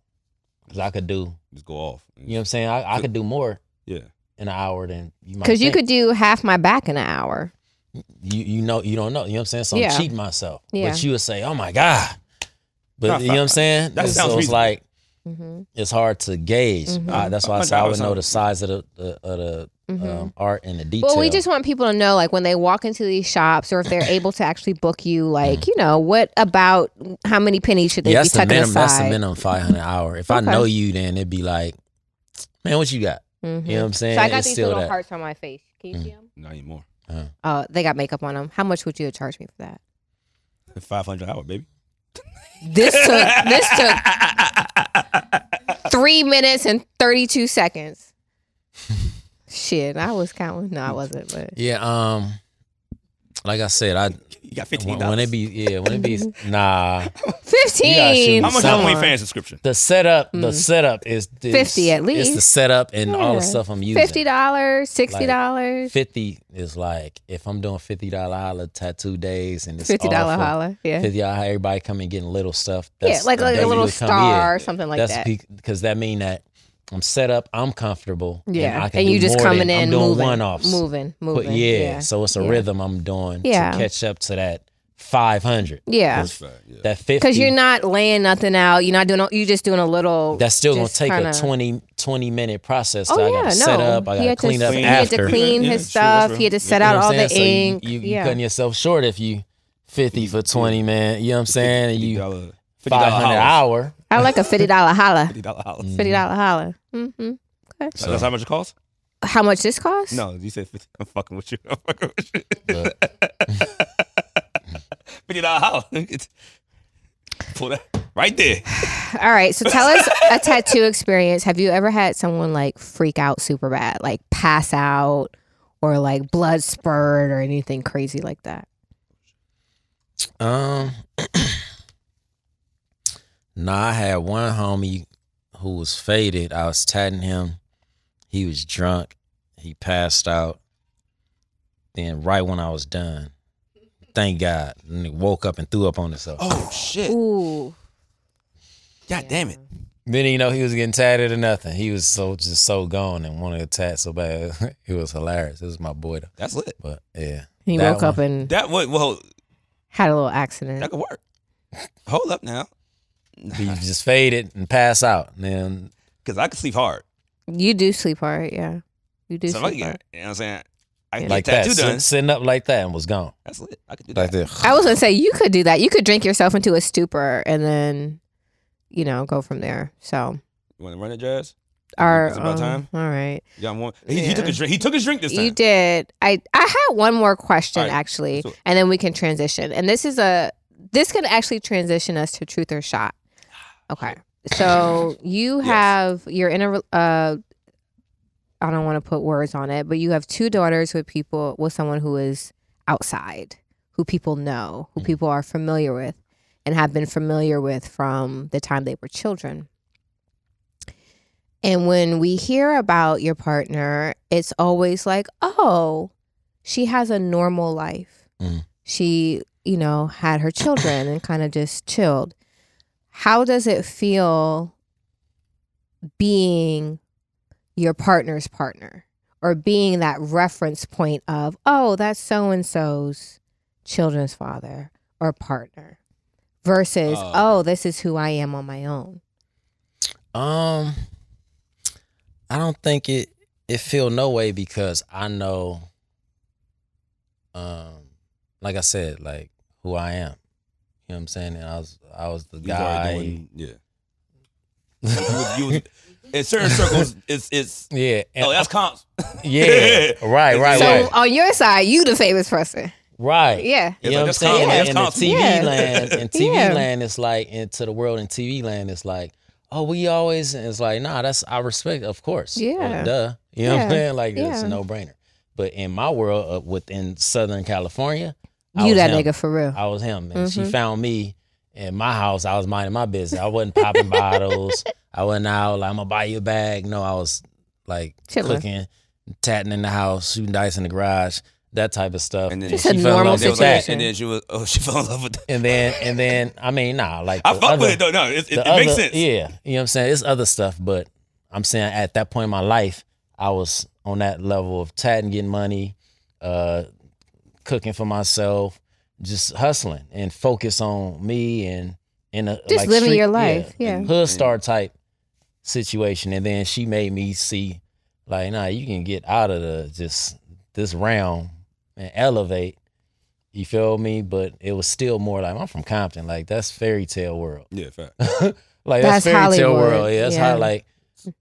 S2: because I could do.
S3: Just go off.
S2: You know what I'm saying? I, I could do more
S3: Yeah.
S2: in an hour than you might.
S1: Because you
S2: think.
S1: could do half my back in an hour.
S2: You you know you don't know. You know what I'm saying? So
S1: Yeah.
S2: I'm cheating myself.
S1: Yeah.
S2: But you would say, "Oh my god," but
S3: Nah,
S2: you know what I'm saying?
S3: that
S2: And
S3: sounds
S2: so it's
S3: reasonable.
S2: like
S1: hmm
S2: it's hard to gauge.
S1: Mhm.
S2: Uh, that's why I
S3: I'm
S2: said I
S3: not-
S2: would
S3: I'm
S2: know
S3: not-
S2: the size of the, the of the
S1: hmm
S2: um, art and the detail.
S1: Well, we just want people to know, like, when they walk into these shops or if they're able to actually book you, like, you know, what about how many pennies should they
S2: yeah, that's
S1: be
S2: Mm. the
S1: tucking
S2: minimum. That's the
S1: aside?
S2: minimum five hundred hour. If I
S1: Okay.
S2: know you, then it'd be like, man, what you got?
S1: Mhm.
S2: You know what I'm saying?
S1: So I got
S2: It's
S1: these
S2: still
S1: little
S2: that.
S1: hearts on my face. Can you
S2: Mm.
S1: see them?
S3: Not anymore.
S1: Oh, they got makeup on them. How much would you have charged me for that?
S3: Five hundred hour, baby.
S1: This took this took three minutes and thirty two seconds. Shit, I was counting. No, I wasn't. But
S2: Yeah. Um. Like I said, I
S3: You got fifteen
S2: when,
S3: dollars.
S2: when it be yeah when it be nah
S1: fifteen.
S2: shoot
S3: How much
S1: come
S2: someone.
S1: on.
S3: OnlyFans subscription?
S2: the setup the
S1: Mm.
S2: setup is the,
S1: 50 at
S2: it's the
S1: least.
S2: setup and all the
S1: Yeah.
S2: stuff I'm using
S1: Fifty dollars, sixty dollars,
S2: fifty is like if I'm doing fifty dollar holla tattoo days and it's
S1: fifty dollar
S2: awful,
S1: holla. Yeah,
S2: fifty dollar everybody coming getting little stuff
S1: yeah, like like
S2: that
S1: a little
S2: usually come-
S1: star or something like
S2: that's
S1: that.
S2: because that mean that I'm set up, I'm comfortable.
S1: yeah,
S2: and, I
S1: and,
S2: can do
S1: you just
S2: more than-
S1: coming in,
S2: I'm doing
S1: moving,
S2: one offs.
S1: moving, moving.
S2: yeah, so it's a
S1: yeah.
S2: rhythm I'm doing
S1: Yeah.
S2: to catch up to that 500.
S1: yeah,
S2: That 50.
S1: because you're not laying nothing out. You're not doing. You just doing a little.
S2: that's still gonna
S1: just
S2: take
S1: kinda-
S2: a 20, 20 minute process.
S1: Oh
S2: so I
S1: yeah,
S2: gotta
S1: no.
S2: set up, I
S1: he
S2: gotta
S1: had
S2: clean
S1: to,
S2: up
S1: he had
S2: after.
S1: to clean
S3: Yeah,
S1: his
S3: sure, that's
S1: stuff.
S3: right.
S1: He had to
S3: You
S1: set
S2: You know
S1: out
S2: what
S1: all
S2: I'm
S1: the
S2: saying? So you-
S1: ink.
S2: You, you,
S1: yeah.
S2: cutting yourself short if you 50 for 20, man. You know what I'm saying? And you
S3: $50
S2: 500
S3: hours.
S2: hour.
S1: I like a fifty dollar holla.
S3: $50 hours.
S2: Mm.
S1: Fifty dollar holla. hmm
S3: So That's how much it costs?
S1: How much this cost?
S3: No, you said 50. I'm fucking with you. I'm fucking with you.
S2: Look.
S3: Fifty dollar house. It's- Pull that right there.
S1: All right. So tell us a tattoo experience. Have you ever had someone like freak out super bad, like pass out or like blood spurt or anything crazy like that?
S2: Um, nah, I had one homie who was faded. I was tatting him. He was drunk. He passed out. Then right when I was done, thank God, and he woke up and threw up on himself.
S3: Oh shit!
S1: Ooh.
S3: God damn it!
S2: Then you know he was getting tatted or nothing. He was so just so gone and wanted to tat so bad. it was hilarious. It was my boy though.
S3: That's lit.
S2: But yeah,
S1: He
S2: That
S1: woke up and
S3: That would well.
S1: had a little accident.
S3: That could work. Hold up now,
S2: he just faded and passed out. And then
S3: because I could sleep hard.
S1: You do sleep hard, yeah. You do
S3: So if I could
S1: sleep hard.
S3: get, you know what I'm saying? I can
S2: like
S3: get
S2: that,
S3: tattoo
S2: sit-
S3: done.
S2: sitting up like that and was gone.
S3: That's lit. I could do
S2: Like
S3: that.
S2: this.
S1: I was gonna say you could do that. You could drink yourself into a stupor and then, you know, go from there. So,
S3: You want to run it, Jazz?
S1: our um,
S3: It's about time.
S1: All right,
S3: Yeah, want, he,
S1: Yeah.
S3: he took his drink. He took his drink this time.
S1: you did. I I had one more question
S3: All right,
S1: actually,
S3: let's do it.
S1: and then we can transition. And this is a this could actually transition us to truth or shot. Okay, so you
S3: Yes.
S1: have you're in a re- uh, I don't want to put words on it, but you have two daughters with people with someone who is outside, who people know, who
S2: Mhm.
S1: people are familiar with, and have been familiar with from the time they were children. And when we hear about your partner, it's always like, oh, she has a normal life.
S2: Mhm.
S1: She, you know, had her children and kind of just chilled. How does it feel being your partner's partner or being that reference point of, oh, that's so and so's children's father or partner versus,
S3: Oh.
S1: oh, this is who I am on my own?
S2: Um, I don't think it it feel no way because I know, um, like I said, like who I am. You know what I'm saying? And I was I was the
S3: He was already
S2: guy.
S3: doing- yeah. You was- you was- in certain circles, it's it's.
S2: Yeah, and-
S3: oh, that's comps.
S2: yeah, right, right,
S1: So
S2: right,
S1: on your side, you the famous person.
S2: right.
S1: Yeah.
S2: You
S3: It's
S2: know
S3: like,
S2: what I'm
S3: that's
S2: saying?
S3: common, that's
S2: And in the
S3: common.
S2: TV
S1: Yeah.
S2: land, in TV
S1: Yeah.
S2: land, it's like into the world in TV land, it's like, oh, we always. And it's like, nah, that's I respect, of course. Well,
S1: Yeah.
S2: duh. You know what
S1: Yeah.
S2: I'm saying? Like it's
S1: Yeah.
S2: a no brainer. But in my world, uh, within Southern California, I
S1: You
S2: was
S1: that
S2: him.
S1: nigga for real.
S2: I was him, and
S1: Mhm.
S2: she found me in my house. I was minding my business. I wasn't popping bottles. I wasn't out. Like, I'm gonna buy you a bag. No, I was like
S1: Chilling.
S2: cooking, tatting in the house, shooting dice in the garage. that type of stuff.
S3: And then
S1: Just
S3: she
S1: a
S3: fell in
S1: normal
S3: love with that.
S1: situation.
S3: And then she was, oh, she fell in love with that.
S2: and then and then I mean, nah, like
S3: I
S2: the
S3: fuck with
S2: other-
S3: it though. No, it, it,
S2: the
S3: it makes
S2: other-
S3: sense.
S2: Yeah, you know what I'm saying. It's other stuff, but I'm saying at that point in my life, I was on that level of tatting, getting money, uh, cooking for myself, just hustling and focus on me and in a
S1: Just
S2: like
S1: living
S2: street-
S1: your life, yeah.
S2: hood star type situation. And then she made me see, like, nah, you can get out of the just this round and elevate. You feel me? But it was still more like I'm from Compton. Like that's fairy tale world
S3: Yeah, fact.
S2: like
S1: That's
S2: that's, fairy tale
S1: Hollywood,
S2: world. Yeah, that's
S1: yeah.
S2: how like.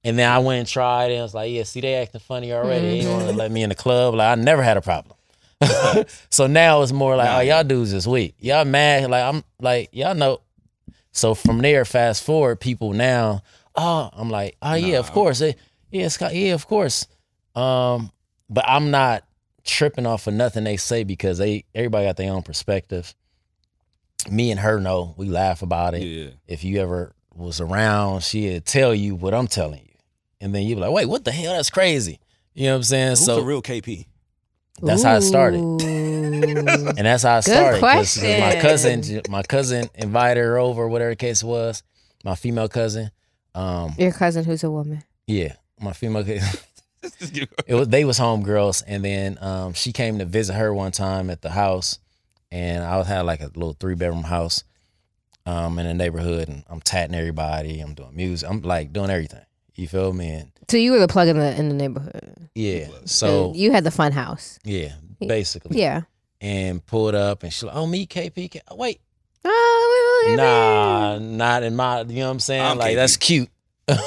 S2: And then I went and tried, and I was like, "Yeah, see, they acting funny already. They
S1: Mm-hmm.
S2: didn't want to let me in the club. Like I never had a problem. so now it's more like, oh, y'all dudes is weak. Y'all mad. Like I'm like y'all know. So from there, fast forward, people now. Oh, I'm like, oh yeah, of course. Eh, yeah, it's, ki- yeah, of course. Um, but I'm not tripping off of nothing they say because they everybody got their own perspective. Me and her know we laugh about it
S3: Yeah.
S2: if you ever was around, she'd tell you what I'm telling you. And then you'd be like, wait, what the hell? That's crazy. You know what I'm saying?
S3: Who's
S2: so
S3: the real KP?
S2: that's how it started.
S1: started.
S2: And that's how I started. 'cause My
S1: question.
S2: cousin, my cousin invited her over, whatever the case was, my female cousin. Um,
S1: Your cousin, who's a woman.
S2: yeah, my female cousin. it was they was homegirls, and then um, she came to visit her one time at the house, and I had like a little three bedroom house, um, in the neighborhood, and I'm tatting everybody, I'm doing music, I'm like doing everything. You feel me? And
S1: So you were the plug in the in the neighborhood.
S2: yeah,
S1: And
S2: so
S1: you had the fun house.
S2: yeah, basically,
S1: Yeah.
S2: and pulled up, and she like, oh me KP, K- wait,
S1: Oh, we- we- we-
S2: nah, not in my, you know what I'm saying?
S3: I'm
S2: like
S3: KP.
S2: that's cute.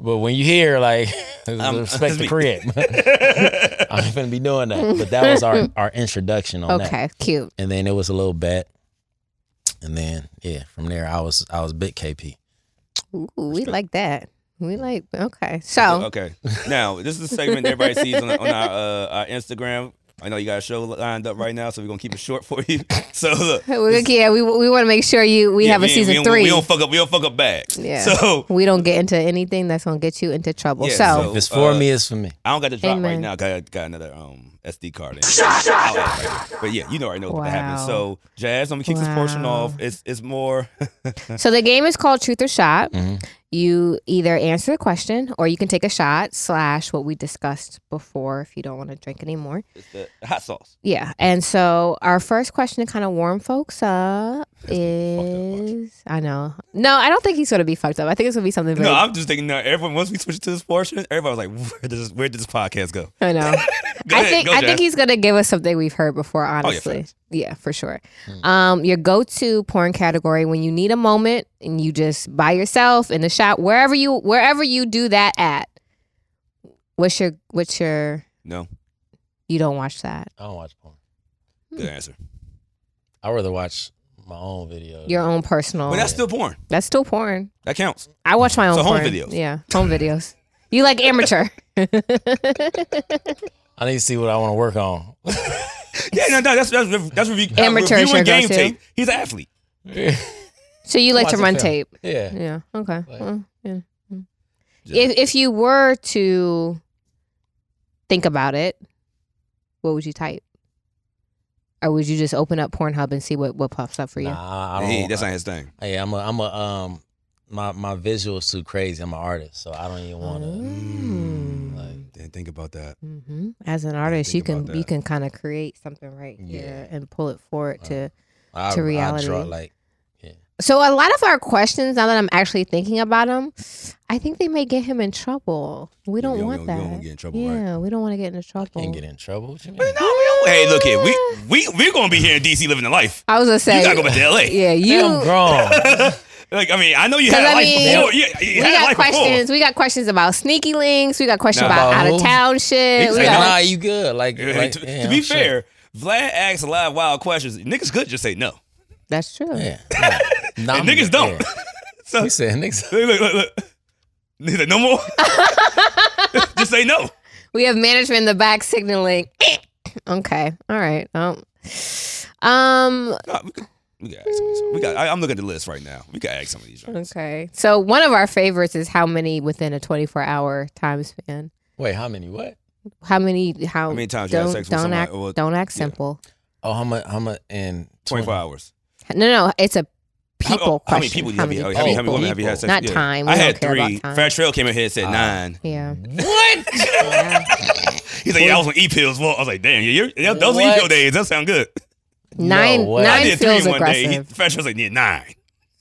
S2: But when you hear like respect
S3: that's
S2: the
S3: me.
S2: crib, I ain't gonna be doing that. But that was our, our introduction on that.
S1: Okay, cute.
S2: and then it was a little bet, and then yeah, from there I was I was big KP.
S1: Ooh, we like that. We like okay. So
S3: Okay. Now this is a segment everybody sees on, on our, uh, our Instagram. I know you got a show lined up right now, so we're gonna keep it short for you. So look,
S1: we- yeah, we we want to make sure you we
S3: yeah,
S1: have a
S3: ain't-
S1: season
S3: we don't-
S1: three.
S3: We don't fuck up. We don't fuck up bad.
S1: yeah.
S3: So
S1: we don't get into anything that's gonna get you into trouble.
S3: Yeah,
S1: so,
S2: If it's for
S3: uh,
S2: me, it's for me.
S3: I don't got the drop right
S1: Amen.
S3: now. Got got another um SD card. In. I'll add it later. But yeah, you know I know what happened.
S1: Wow.
S3: So Jazz, I'm gonna kick this portion
S1: Wow.
S3: off. It's it's more.
S1: so the game is called Truth or Shot.
S2: Mhm.
S1: You either answer the question or you can take a shot slash what we discussed before if you don't want to drink anymore.
S3: it's the hot sauce.
S1: Yeah. And so our first question to kind of warm folks up
S3: been fucked up
S1: is I know. No, I don't think he's gonna be fucked up. I think it's gonna be something very
S3: No, I'm just thinking. No, everyone. Once we switch to this portion, everybody was like, "Where does where did this podcast go?"
S1: I know.
S3: Go
S1: I
S3: ahead,
S1: think
S3: go,
S1: I
S3: Jazz.
S1: think he's gonna give us something we've heard before,
S3: yeah, Hmm.
S1: honestly.
S3: facts.
S1: yeah, for sure. Um, your go to porn category when you need a moment and you just by yourself in the shop, wherever you wherever you do that at. What's your what's your
S3: No,
S1: you don't watch that?
S2: I don't watch porn.
S3: good answer.
S2: I would rather watch my own videos.
S1: Your own personal
S3: But that's still porn.
S1: that's still porn.
S3: That counts.
S1: I watch my own
S3: So home
S1: porn.
S3: videos.
S1: Yeah, home videos. You like amateur?
S2: I need to see what I want to work on.
S3: Yeah, no, no, that's that's that's review, that's
S1: Amateur is your
S3: reviewing game
S1: go-to.
S3: tape. He's an athlete.
S1: so you like to
S2: Watch a
S1: run
S2: film.
S1: tape?
S2: yeah.
S1: Yeah. Okay.
S2: Like-
S1: Well, yeah. Mm.
S3: Yeah.
S1: If if you were to think about it, what would you type? Or would you just open up Pornhub and see what, what pops up for you?
S2: Nah, I don't.
S3: Hey, that's not his thing.
S2: Hey, I'm a, I'm a, um, my my visual's too crazy. I'm an artist, so I don't even want
S1: Oh.
S2: to. Like,
S3: Didn't think about that.
S1: hmm As an artist, you
S3: think
S1: can
S3: about
S1: you
S3: that.
S1: can kind of create something right here and pull it forward to.
S2: I,
S1: To
S2: I
S1: reality.
S2: draw like
S1: So a lot of our questions, now that I'm actually thinking about them, I think they may get him in trouble. We don't
S3: don't-
S1: want
S3: you
S1: that.
S3: don't wanna get in trouble,
S1: yeah, we don't want to get into trouble.
S2: can't get in trouble. What you mean?
S3: Hey, look here. We we we're gonna be here in DC living the life.
S1: I was gonna say,
S3: You gotta go back to LA.
S1: yeah,
S2: I'm
S1: you.
S2: grown.
S3: Like I mean, I know you
S1: 'Cause
S3: had
S1: I
S3: a life
S1: mean,
S3: before. Yeah, you
S1: We
S3: had a
S1: got
S3: life
S1: questions. We got questions about sneaky links. We got questions
S3: Nah.
S1: about
S2: About
S1: out of
S2: who?
S1: town shit. We
S2: Like,
S3: Hey,
S1: got-
S2: nah, you good. Like,
S3: before.
S2: like,
S3: to, to
S2: yeah,
S3: be
S2: I'm sure.
S3: fair, Vlad asks a lot of wild questions. Niggas could just say no.
S1: that's true.
S2: Yeah. yeah. Nah, I'm-
S3: niggas don't.
S2: yeah.
S3: So
S2: He said niggas.
S3: look, look, look, look. He's like, no more. just say no.
S1: We have management in the back signaling. okay, all right. Um, um,
S3: Nah, we could- we got ask some of these. We got. I, I'm looking at the list right now. We got to ask some of these. right?
S1: okay. So one of our favorites is how many within a 24 hour time span.
S2: Wait, how many? What?
S1: How many? How,
S3: How many times you
S1: don't,
S3: had sex with
S1: don't
S3: somebody?
S1: act,
S3: Well,
S1: don't act
S3: yeah.
S1: simple.
S2: Oh, how much? How much? And
S3: 24 hours.
S1: No, no, it's a
S3: How- oh,
S1: people
S3: how, many
S1: question.
S3: people? How many, how many, how many
S1: people?
S3: women have you had sex
S1: Not
S3: with? Yeah.
S1: time. We
S3: I
S1: don't
S3: had
S1: care about
S3: three.
S1: time.
S3: Fat Trail came in here
S2: Ah.
S3: and said nine.
S1: Yeah.
S2: What?
S1: yeah.
S3: He's like, yeah, I was on E pills. Well, I was like, damn, yeah, you're, those are E
S2: What?
S3: pill days. That sound good.
S1: Nine.
S2: way.
S3: I
S1: nine
S3: did
S1: feels
S3: three one day.
S1: aggressive.
S3: He- Fat Trail was like, yeah, nine.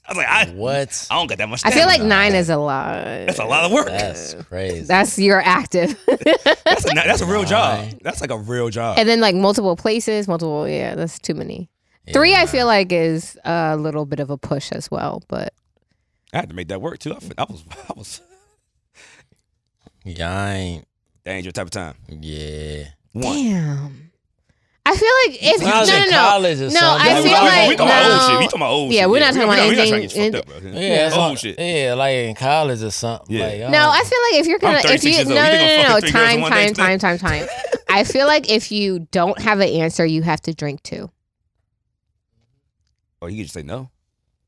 S3: I was like, I,
S2: what?
S3: I don't got that much.
S1: I feel like
S3: stamina.
S1: nine is a lot.
S3: that's a lot of work.
S2: That's crazy.
S1: That's your active.
S3: That's a, that's a real job.
S2: Nine.
S3: That's like a real job.
S1: and then like multiple places, multiple. Yeah, that's too many. Three, I feel like is a little bit of a push as well, but
S3: I had to make that work too. I, fe- I was, I was.
S2: Yeah, I ain't.
S3: That ain't your type of time.
S2: Yeah.
S3: One.
S1: damn. I feel like if
S2: When I was
S1: no,
S2: in
S1: no, no.
S2: college or
S1: No,
S2: something,
S1: I
S2: that
S3: We
S1: feel
S2: was-
S3: talking about-
S1: like-
S3: we talking about old
S1: no.
S3: shit. We talking about old
S1: Yeah,
S3: shit.
S1: we're not
S3: We-
S1: talking
S3: we-
S1: about
S3: we not trying
S1: anything-
S3: to get fucked up, bro.
S2: Yeah, it's
S3: Old
S2: like-
S3: oh, shit.
S2: Yeah, like in college or something.
S3: Yeah.
S2: Like,
S1: No,
S2: don't-
S1: I feel like if you're gonna, if
S3: 36
S1: you
S3: years
S1: no,
S3: old.
S1: no,
S3: You think I'm
S1: no, no,
S3: fucking three girls
S1: time,
S3: in one
S1: time,
S3: day?
S1: time, time, time. I feel like if you don't have an answer, you have to drink too.
S3: Or Oh, you can just say no.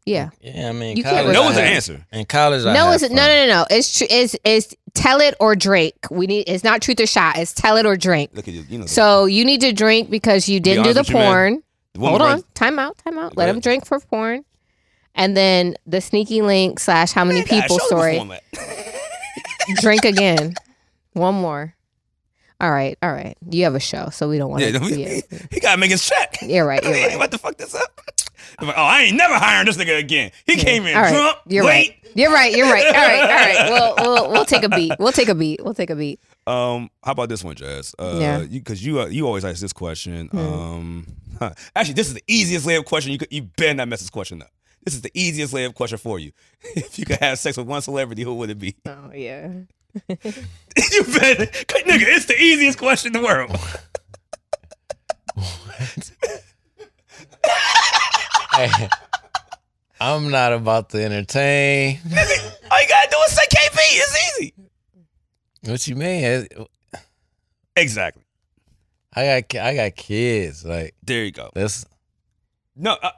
S1: Yeah,
S2: Yeah, I mean,
S1: You can't
S2: college,
S1: really-
S3: No
S2: I
S3: is the
S2: had-
S3: answer.
S2: In college, I
S1: no,
S2: had
S1: it's no,
S2: fun.
S1: no, no, no. It's true. It's it's tell it or drink. We need. It's not truth or shot. It's tell it or drink.
S3: Look at you. You know.
S1: So you need to drink because you didn't do
S3: honest
S1: the
S3: with you, man.
S1: porn.
S3: the woman
S1: Hold
S3: runs-
S1: on, time out, time out.
S3: Go
S1: Let
S3: ahead.
S1: him drink for porn, and then the sneaky link slash how many
S3: Man, God,
S1: people
S3: show the
S1: story.
S3: performer.
S1: Drink again, one more. All right, all right. You have a show, so we don't want
S3: Yeah,
S1: to.
S3: no,
S1: see
S3: he,
S1: it.
S3: he gotta make his check.
S1: You're right. You're
S3: He
S1: right.
S3: about to fuck this up. I'm like, oh, I ain't never hiring this nigga again. He came in
S1: All right.
S3: drunk,
S1: You're
S3: late.
S1: right. You're right. You're right. All right. All right. We'll, we'll we'll take a beat. We'll take a beat. We'll take a beat.
S3: Um, how about this one, Jazz? Uh,
S1: Yeah. Hmm.
S3: you because you, uh, you always ask this question. Um, huh. actually, this is the easiest layup question. You could, you better not mess this question up. This is the easiest layup question for you. if you could have sex with one celebrity, who would it be?
S1: Oh yeah.
S3: you better, nigga. It's the easiest question in the world.
S2: Hey, I'm not about to entertain.
S3: All you gotta do is say KP. It's easy.
S2: What you mean?
S3: Exactly.
S2: I got ki- I got kids. Like
S3: There you go.
S2: that's
S3: No, uh,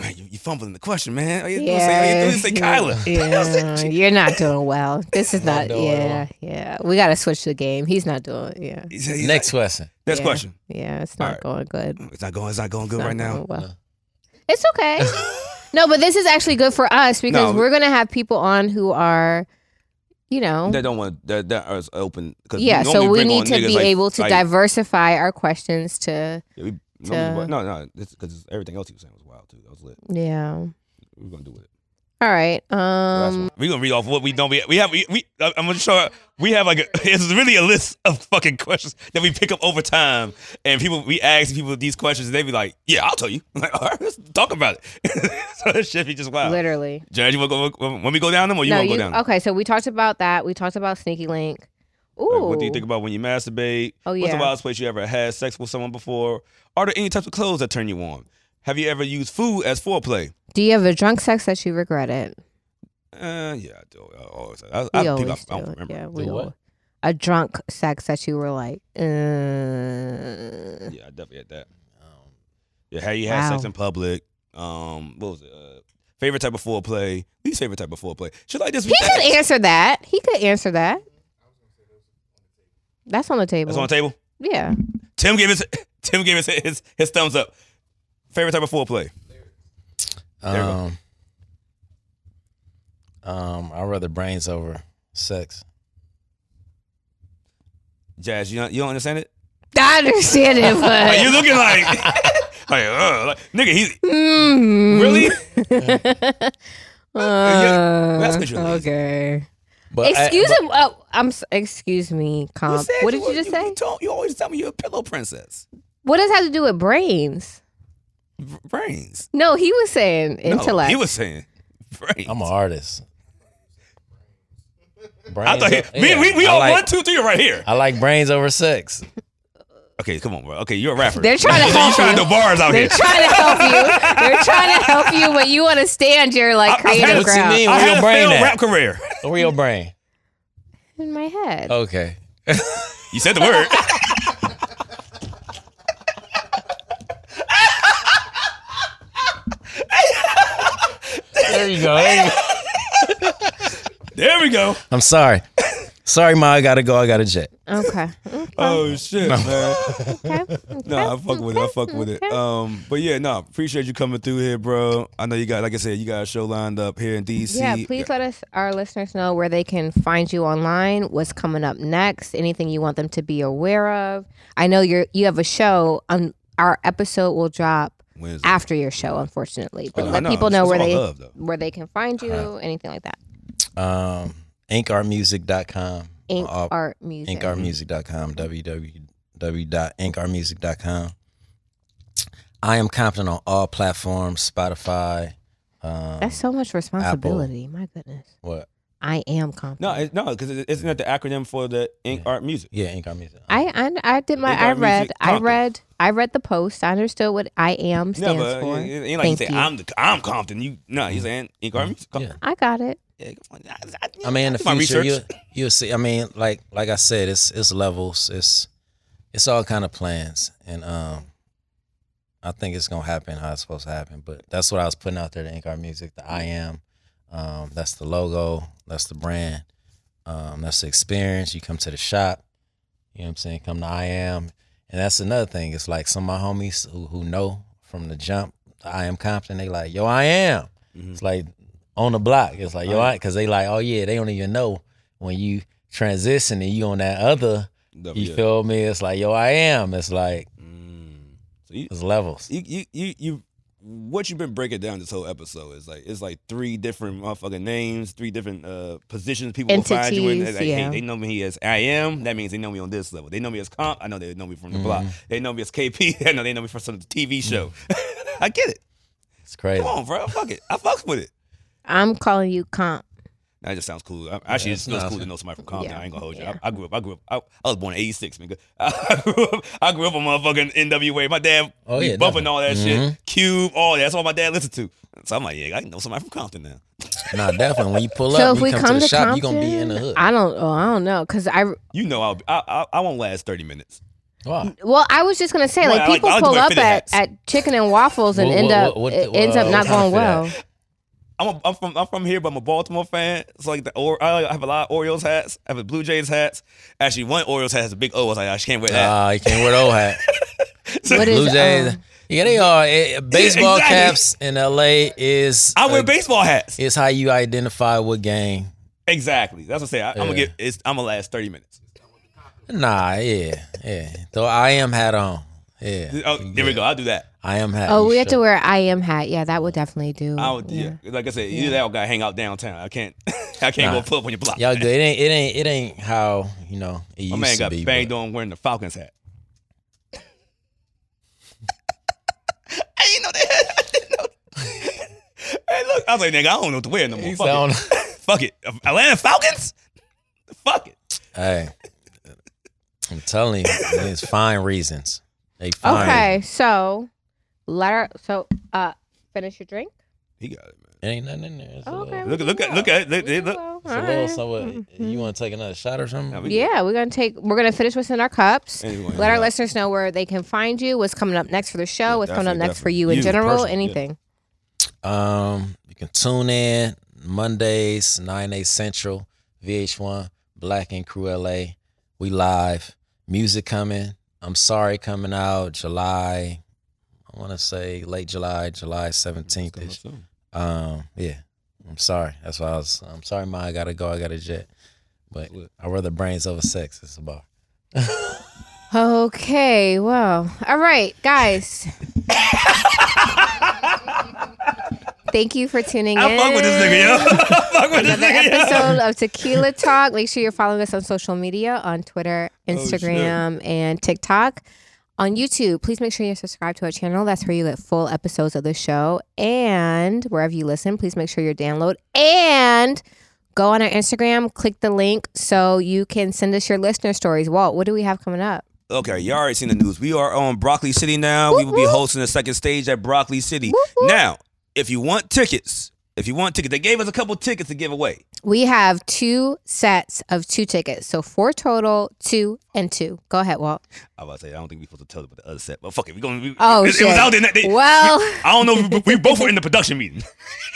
S3: man, you, you fumbling the question, man. All you do is say, all
S1: Yeah.
S3: you do is say Kyla.
S1: Yeah. You're not doing well. This is not.
S2: Not doing
S1: Yeah.
S2: well.
S1: Yeah. We gotta switch the game. He's not doing. Yeah.
S3: He said- he's like,
S2: next question.
S3: next
S1: Yeah.
S3: question.
S1: Yeah. It's
S3: All
S1: not
S3: right.
S1: going good.
S3: It's not going. It's not going good
S1: Not
S3: right now.
S1: going well. It's okay. no, but this is actually good for us because
S3: No.
S1: we're gonna have people on who are, you know,
S3: They don't want that. That is open. 'cause
S1: Oh. yeah. So
S3: normally
S1: we
S3: bring
S1: need
S3: on
S1: to
S3: niggas
S1: be
S3: like-
S1: able to
S3: like-
S1: diversify our questions to
S3: Yeah, we,
S1: to-
S3: normally- no, no, because everything else he was saying was wild too. That was lit.
S1: yeah.
S3: We're gonna do with it.
S1: All right.
S3: Last
S1: Um.
S3: one. We're gonna read off what we don't. We, we have. We, we. I- I'm gonna show. We have like. A, it's really a list of fucking questions that we pick up over time, and people. We ask people these questions, and they be like, "Yeah, I'll tell you." I'm like, all right, let's talk about it. so this shit be just wild.
S1: Literally.
S3: Judge, you want to go? When we go down them, or Oh, you want to go down? them?
S1: okay, so we talked about that. We talked about Sneaky Link. Ooh.
S3: Like, what do you think about when you masturbate?
S1: Oh,
S3: What's the
S1: yeah.
S3: wildest place you ever had sex with someone before? Are there any types of clothes that turn you on? Have you ever used food as foreplay?
S1: do you have a drunk sex that you regret it?
S3: Uh, yeah, I do. I always, I,
S1: We
S3: I pick up.
S1: always
S3: I don't
S1: do.
S3: remember.
S1: Yeah, we
S2: Do what?
S1: al- A drunk sex that you were like, uh,
S3: Yeah, I definitely had that. Um, yeah, how you had sex
S1: Wow.
S3: in public? Um, what was it? Uh, favorite type of foreplay? Least favorite type of foreplay? Shit like this.
S1: He could answer that. He could answer that. That's on the table.
S3: That's on the table.
S1: yeah.
S3: Tim gave his Tim gave his his, his thumbs up. Favorite type of foreplay? you go.
S2: Um, um, I rather brains over sex.
S3: Jazz, you don't, you don't understand it?
S1: I understand it,
S3: Like,
S1: but
S3: you looking like, like, uh, like nigga, he's
S1: Mm.
S3: really.
S1: Uh,
S3: That's what you're lazy.
S1: okay.
S2: But I-
S1: excuse
S2: but-
S1: him. Oh, I'm. s- Excuse me, comp.
S3: said
S1: Um, What did you just
S3: you,
S1: say?
S3: You, told, you always tell me you're a pillow princess.
S1: What does that have to do with brains?
S3: B- Brains.
S1: No, he was saying
S3: No,
S1: intellect.
S3: he was saying brains.
S2: I'm an artist.
S3: I
S2: Brains
S3: thought
S2: o-
S3: he, me,
S2: yeah,
S3: we, we
S2: I
S3: all
S2: like,
S3: one, two, three right here.
S2: I like brains over sex.
S3: Okay, come on, bro. Okay, you're a rapper.
S1: They're trying to
S3: you
S1: help
S3: trying
S1: you.
S3: to bars out
S1: They're
S3: here.
S1: trying to help you. They're trying to help you, but you want to stand your like
S3: I- I had-
S1: creative
S2: What you
S1: ground
S2: mean?
S3: I
S2: Where
S3: had
S2: your
S3: a
S2: brain
S3: failed
S2: at?
S3: rap career.
S2: Where your brain?
S1: in my
S3: Oh.
S1: head.
S2: Okay.
S3: You said the word.
S2: There you go. There you go.
S3: There we go.
S2: I'm sorry. Sorry, ma, I gotta go. I got a jet.
S1: Okay.
S3: Oh shit, man.
S1: Okay.
S3: No, I fuck with it. I fuck with it. Um, but yeah, no, appreciate you coming through here, bro. I know you got, like I said, you got a show lined up here in DC.
S1: Yeah, please let us our listeners know where they can find you online, what's coming up next, anything you want them to be aware of. I know you're you have a show. Um, our episode will drop
S3: Wednesday.
S1: after your show, unfortunately. But
S3: no,
S1: let
S3: no,
S1: people
S3: Oh, it's-
S1: know where
S3: it's all Uh-huh.
S1: they
S3: love, though.
S1: where they can find you, anything like that.
S2: Um, inkarmusic.com.
S1: Ink
S3: Uh,
S2: All-
S1: art music.
S2: inkarmusic.com, www.inkarmusic.com. I am Compton on all platforms, Spotify. Um,
S1: That's so much responsibility. My goodness.
S2: what?
S1: I am confident.
S3: No, it, no, because isn't that the acronym for the Ink Art Music?
S2: Yeah, Ink Art Music.
S1: I, I I did my
S3: Ink
S1: I
S3: art music
S1: read I
S3: Compton.
S1: read I read the post. I understood what I am
S3: No,
S1: stands
S3: but
S1: for.
S3: it- it ain't like you
S1: Thank
S3: say I'm the I'm Compton. You no, you saying Ink Art Music? Compton.
S2: Yeah.
S1: I got it.
S3: Yeah, come on. I, I-
S2: I mean, in the
S3: I did my
S2: future, you
S3: research.
S2: you'll see. I mean, like like I said, it's it's levels. It's it's all kind of plans, and um, I think it's gonna happen how it's supposed to happen. But that's what I was putting out there. The Ink Art Music, the I am. Um, that's the logo. That's the brand. Um, that's the experience. You come to the shop. You know what I'm saying? Come to I am, and that's another thing. It's like some of my homies who who know from the jump. the I am Compton. They like, yo, I am.
S3: Mm-hmm.
S2: It's like on the block. It's like, yo, I, because they like, oh yeah, they don't even know when you transition and you on that other.
S3: No,
S2: You
S3: Oh, yeah.
S2: feel me? It's like, yo, I am. It's like
S3: Mm. So you,
S2: it's levels.
S3: you, you, you, you, what you've been breaking down this whole episode is like it's like three different motherfucking names, three different uh, positions people will find you in. They're
S1: Entities,
S3: Like, hey,
S1: yeah.
S3: they know me as I am. That means they know me on this level. They know me as Comp. I know they know me from the block.
S2: Mm-hmm.
S3: They know me as KP. I know they know me from some TV show.
S2: Mm-hmm.
S3: I get it.
S2: It's crazy.
S3: Come on, bro. Fuck it. I fucks with it.
S1: I'm calling you comp.
S3: That just sounds cool. I, actually, it's, it's
S2: nah.
S3: cool to know somebody from Compton.
S1: Yeah,
S3: I ain't gonna hold you.
S1: yeah.
S3: I, I grew up. I grew up. I, I was born in '86, nigga. I grew up. I grew up on motherfucking NWA. My dad,
S2: Oh,
S3: be
S2: yeah,
S3: bumping
S2: definitely.
S3: all that
S2: Mhm.
S3: shit. Cube, all that. That's all my dad listened to. So I'm like, yeah, I know somebody from Compton now.
S2: nah, definitely. When you pull
S1: so
S2: up,
S1: if
S2: you
S1: we
S2: come,
S1: come
S2: to the shop, you
S1: Compton,
S2: gonna be in the hood.
S1: I don't. Oh, I don't know. Cause I.
S3: You know, I'll, I, I I won't last 30 minutes.
S2: Wow.
S1: Well, I was just gonna say,
S3: Well,
S1: like
S3: I like-
S1: people
S3: I like
S1: pull
S3: wearing
S1: up
S3: fitted
S1: at,
S3: hats.
S1: at chicken and waffles and
S2: What-
S1: end
S2: what-
S1: up
S2: what-
S1: it
S2: what-
S1: ends up
S2: what
S1: not
S2: kind
S1: going
S2: of
S1: well.
S3: I'm a, I'm from I'm from here, but I'm a Baltimore fan. It's like the or, I have a lot of Orioles hats. I have a Blue Jays hats. Actually, one Orioles hat has a big O. I was like, I just can't wear that.
S2: Ah, you can't wear the old hat.
S1: What is
S2: Blue Jays.
S1: um,
S2: yeah, they are. eh, baseball
S3: exactly.
S2: caps in L.A. is
S3: I wear
S2: uh,
S3: baseball hats.
S2: It's how you identify what game.
S3: Exactly. That's what I'm saying. I, I'm gonna
S2: Yeah.
S3: get. It's, I'm gonna last 30 minutes.
S2: Nah, yeah, yeah. Though I am hat on. Yeah,
S3: Oh, there we go. I'll do that.
S2: I am hat.
S1: Oh,
S2: You
S1: we have
S2: sure.
S1: to wear I am hat. Yeah, that would definitely do.
S3: I would, yeah. Like I said, either that or gotta hang out downtown. I can't. I can't
S2: Nah.
S3: go pull up on your block.
S2: Y'all good. It ain't. It ain't. It ain't how you know it used
S3: My man
S2: to
S3: got
S2: be.
S3: banged
S2: but-
S3: on wearing the Falcons hat. I didn't know that. I didn't know. hey, look. I was like, nigga, I don't know what to wear no more.
S2: He
S3: Fuck
S2: sound-
S3: it. Fuck it. Atlanta Falcons. Fuck it.
S2: Hey, I'm telling you, it's fine reasons. They fine.
S1: Okay, so let her. So uh, finish your drink.
S3: He got it, man.
S2: It ain't nothing in there. It's a
S1: Okay.
S2: little,
S3: Look, look at, look at, look,
S1: we
S3: they
S1: can
S3: look.
S1: go.
S2: it's a
S1: All
S2: little
S1: right. Mm-hmm.
S2: somewhat. You want to take another shot or something?
S3: Nah, we-
S1: Yeah, we're gonna take. We're gonna finish what's in our cups.
S3: Anyway,
S1: Let our
S3: yeah.
S1: listeners know where they can find you. What's coming up next for the show? what's coming up
S3: definitely,
S1: next for you in
S3: definitely. You,
S1: general?
S3: personally, yeah.
S1: anything.
S2: Um, you can tune in Mondays, 9 8 Central, VH1, Black and Crew LA. We live. Music coming. I'm sorry coming out July. I want to say late July, July 17th. -ish. Um, yeah. I'm sorry. That's why I was. I'm sorry, ma. I gotta go. I got a jet. But I rather brains over sex. It's a bar.
S1: Okay, well, all right, guys. Thank you for tuning
S3: I
S1: in.
S3: fuck with this nigga, yo. I fuck with this
S1: Another
S3: nigga. yo.
S1: episode of Tequila Talk. Make sure you're following us on social media on Twitter,
S3: Oh,
S1: Instagram, and TikTok. On YouTube, please make sure you subscribe to our channel. That's where you get full episodes of the show. And wherever you listen, please make sure you download and go on our Instagram, click the link so you can send us your listener stories. Walt, what do we have coming up?
S3: Okay, you already seen the news. We are on Broccoli City now. we will be hosting the second stage at Broccoli City. Now, if you want tickets, If you want tickets, they gave us a couple tickets to give away.
S1: We have two sets of two tickets. So four total, two and two. Go ahead, Walt.
S3: I was about to say I don't think we're supposed to tell them about the other set, but fuck it, we're gonna. We,
S1: Oh,
S3: it, it
S1: shit.
S3: was out there. They,
S1: Well,
S3: I don't know. if We, we both were in the production meeting.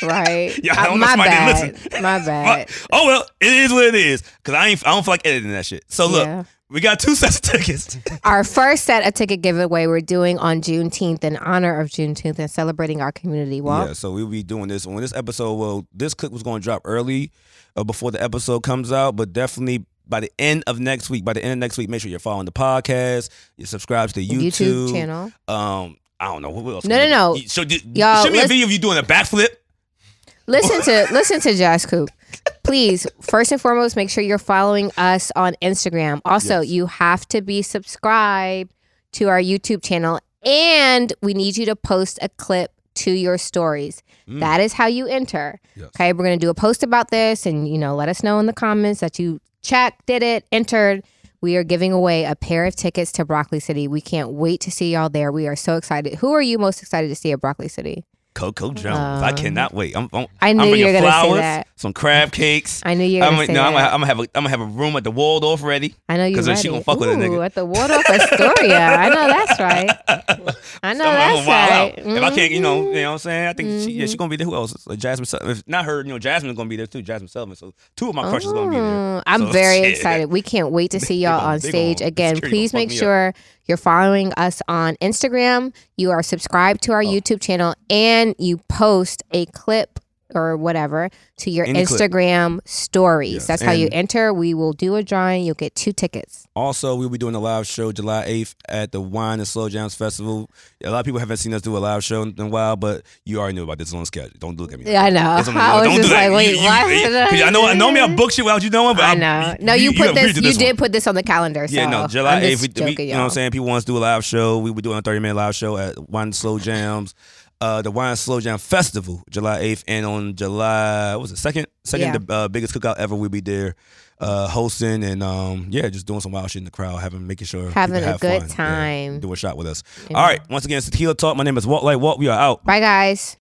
S1: right.
S3: Yeah, I
S1: Uh,
S3: don't know if
S1: my,
S3: somebody
S1: bad.
S3: didn't
S1: my bad.
S3: But- oh well, it is what it is. Cause I ain't, I don't feel like editing that shit. So look,
S1: Yeah.
S3: we got two sets of tickets.
S1: Our first set of ticket giveaway we're doing on Juneteenth in honor of Juneteenth and celebrating our community, Walt.
S3: Yeah, so we'll be doing this when this episode. Well, this clip was going to drop early uh, before the episode comes out, but definitely by the end of next week. By the end of next week, make sure you're following the podcast. You subscribe to the YouTube,
S1: YouTube channel.
S3: Um, I don't know what else.
S1: No,
S3: we
S1: no,
S3: do?
S1: no.
S3: You- So do,
S1: Y'all,
S3: show me a
S1: let's-
S3: video of you doing a backflip.
S1: Listen to listen to Josh Coop. Please, first and foremost, make sure you're following us on Instagram. Also,
S3: Yes.
S1: you have to be subscribed to our YouTube channel and we need you to post a clip to your stories.
S3: Mm.
S1: That is how you enter.
S3: Yes.
S1: Okay, we're going to do a post about this and you know, let us know in the comments that you checked, did it, entered. We are giving away a pair of tickets to Broccoli City. We can't wait to see y'all there. We are so excited. Who are you most excited to see at Broccoli City?
S3: Coco Jones, I
S1: Um,
S3: cannot wait. I'm, I'm,
S1: I knew
S3: am
S1: you
S3: bringing
S1: were going to
S3: flowers,
S1: say that.
S3: some crab cakes.
S1: I knew you were
S3: I'm,
S1: going
S3: no,
S1: to say
S3: I'm gonna,
S1: that.
S3: I'm gonna have a, I'm gonna have a room at the Waldorf already.
S1: I know you
S3: 'Cause
S1: ready.
S3: then she gonna fuck with a nigga.
S1: Ooh, at the Waldorf Astoria. I know that's right. I know
S3: I'm- I'm
S1: that's
S3: gonna wild
S1: right. Mm-hmm.
S3: out. If I can't, you know, you
S1: Mhm.
S3: know what I'm saying? I think she, yeah, she's gonna be there. Who else? Like Jasmine Sullivan. If not her, you know, Jasmine's gonna be there too. Jasmine Sullivan. So two of my crushes gonna be there.
S1: Mm-hmm. Oh, I'm
S3: So,
S1: very
S3: shit.
S1: excited. We can't wait to see
S3: They
S1: y'all
S3: gonna-
S1: on
S3: they
S1: stage
S3: gonna-
S1: again.
S3: security
S1: Please
S3: gonna
S1: make
S3: fuck me up.
S1: sure you're following us on Instagram. You are subscribed to our
S3: Oh.
S1: YouTube channel and you post a clip or whatever to your
S3: Any clip.
S1: Instagram stories.
S3: Yes.
S1: That's how you
S3: And-
S1: enter. We will do a drawing. You'll get two tickets.
S3: Also, we'll be doing a live show July 8th at the Wine and Slow Jams Festival. A lot of people haven't seen us do a live show in a while, but you already knew about this. It's on schedule. Don't look at me.
S1: Yeah, I know.
S3: It's on the-
S1: I was
S3: don't
S1: just
S3: do that.
S1: like, wait,
S3: You- you-
S1: why?
S3: 'cause I know, I know me. I booked you out. You know it, but
S1: I know. No, you, put
S3: agreed
S1: this.
S3: to
S1: You
S3: this one.
S1: did put this on the calendar. So
S3: Yeah, no, July
S1: I'm
S3: eighth.
S1: just
S3: We, we-
S1: joking,
S3: you know what I'm
S1: y'all.
S3: saying? People want us to do a live show. We were doing a 30 minute live show at Wine Slow Jams, uh, the Wine Slow Jam Festival, July eighth, and on July what was it second? Second,
S1: Yeah.
S3: the uh, biggest cookout ever. We'll be there, uh, hosting and um, yeah, just doing some wild shit in the crowd, having making sure people
S1: Having a
S3: have
S1: good
S3: fun. Yeah,
S1: time.
S3: do a shot with us.
S1: Yeah.
S3: All right, once again, it's Tequila Talk. My name is Walt Light Walt. We are out.
S1: Bye, guys.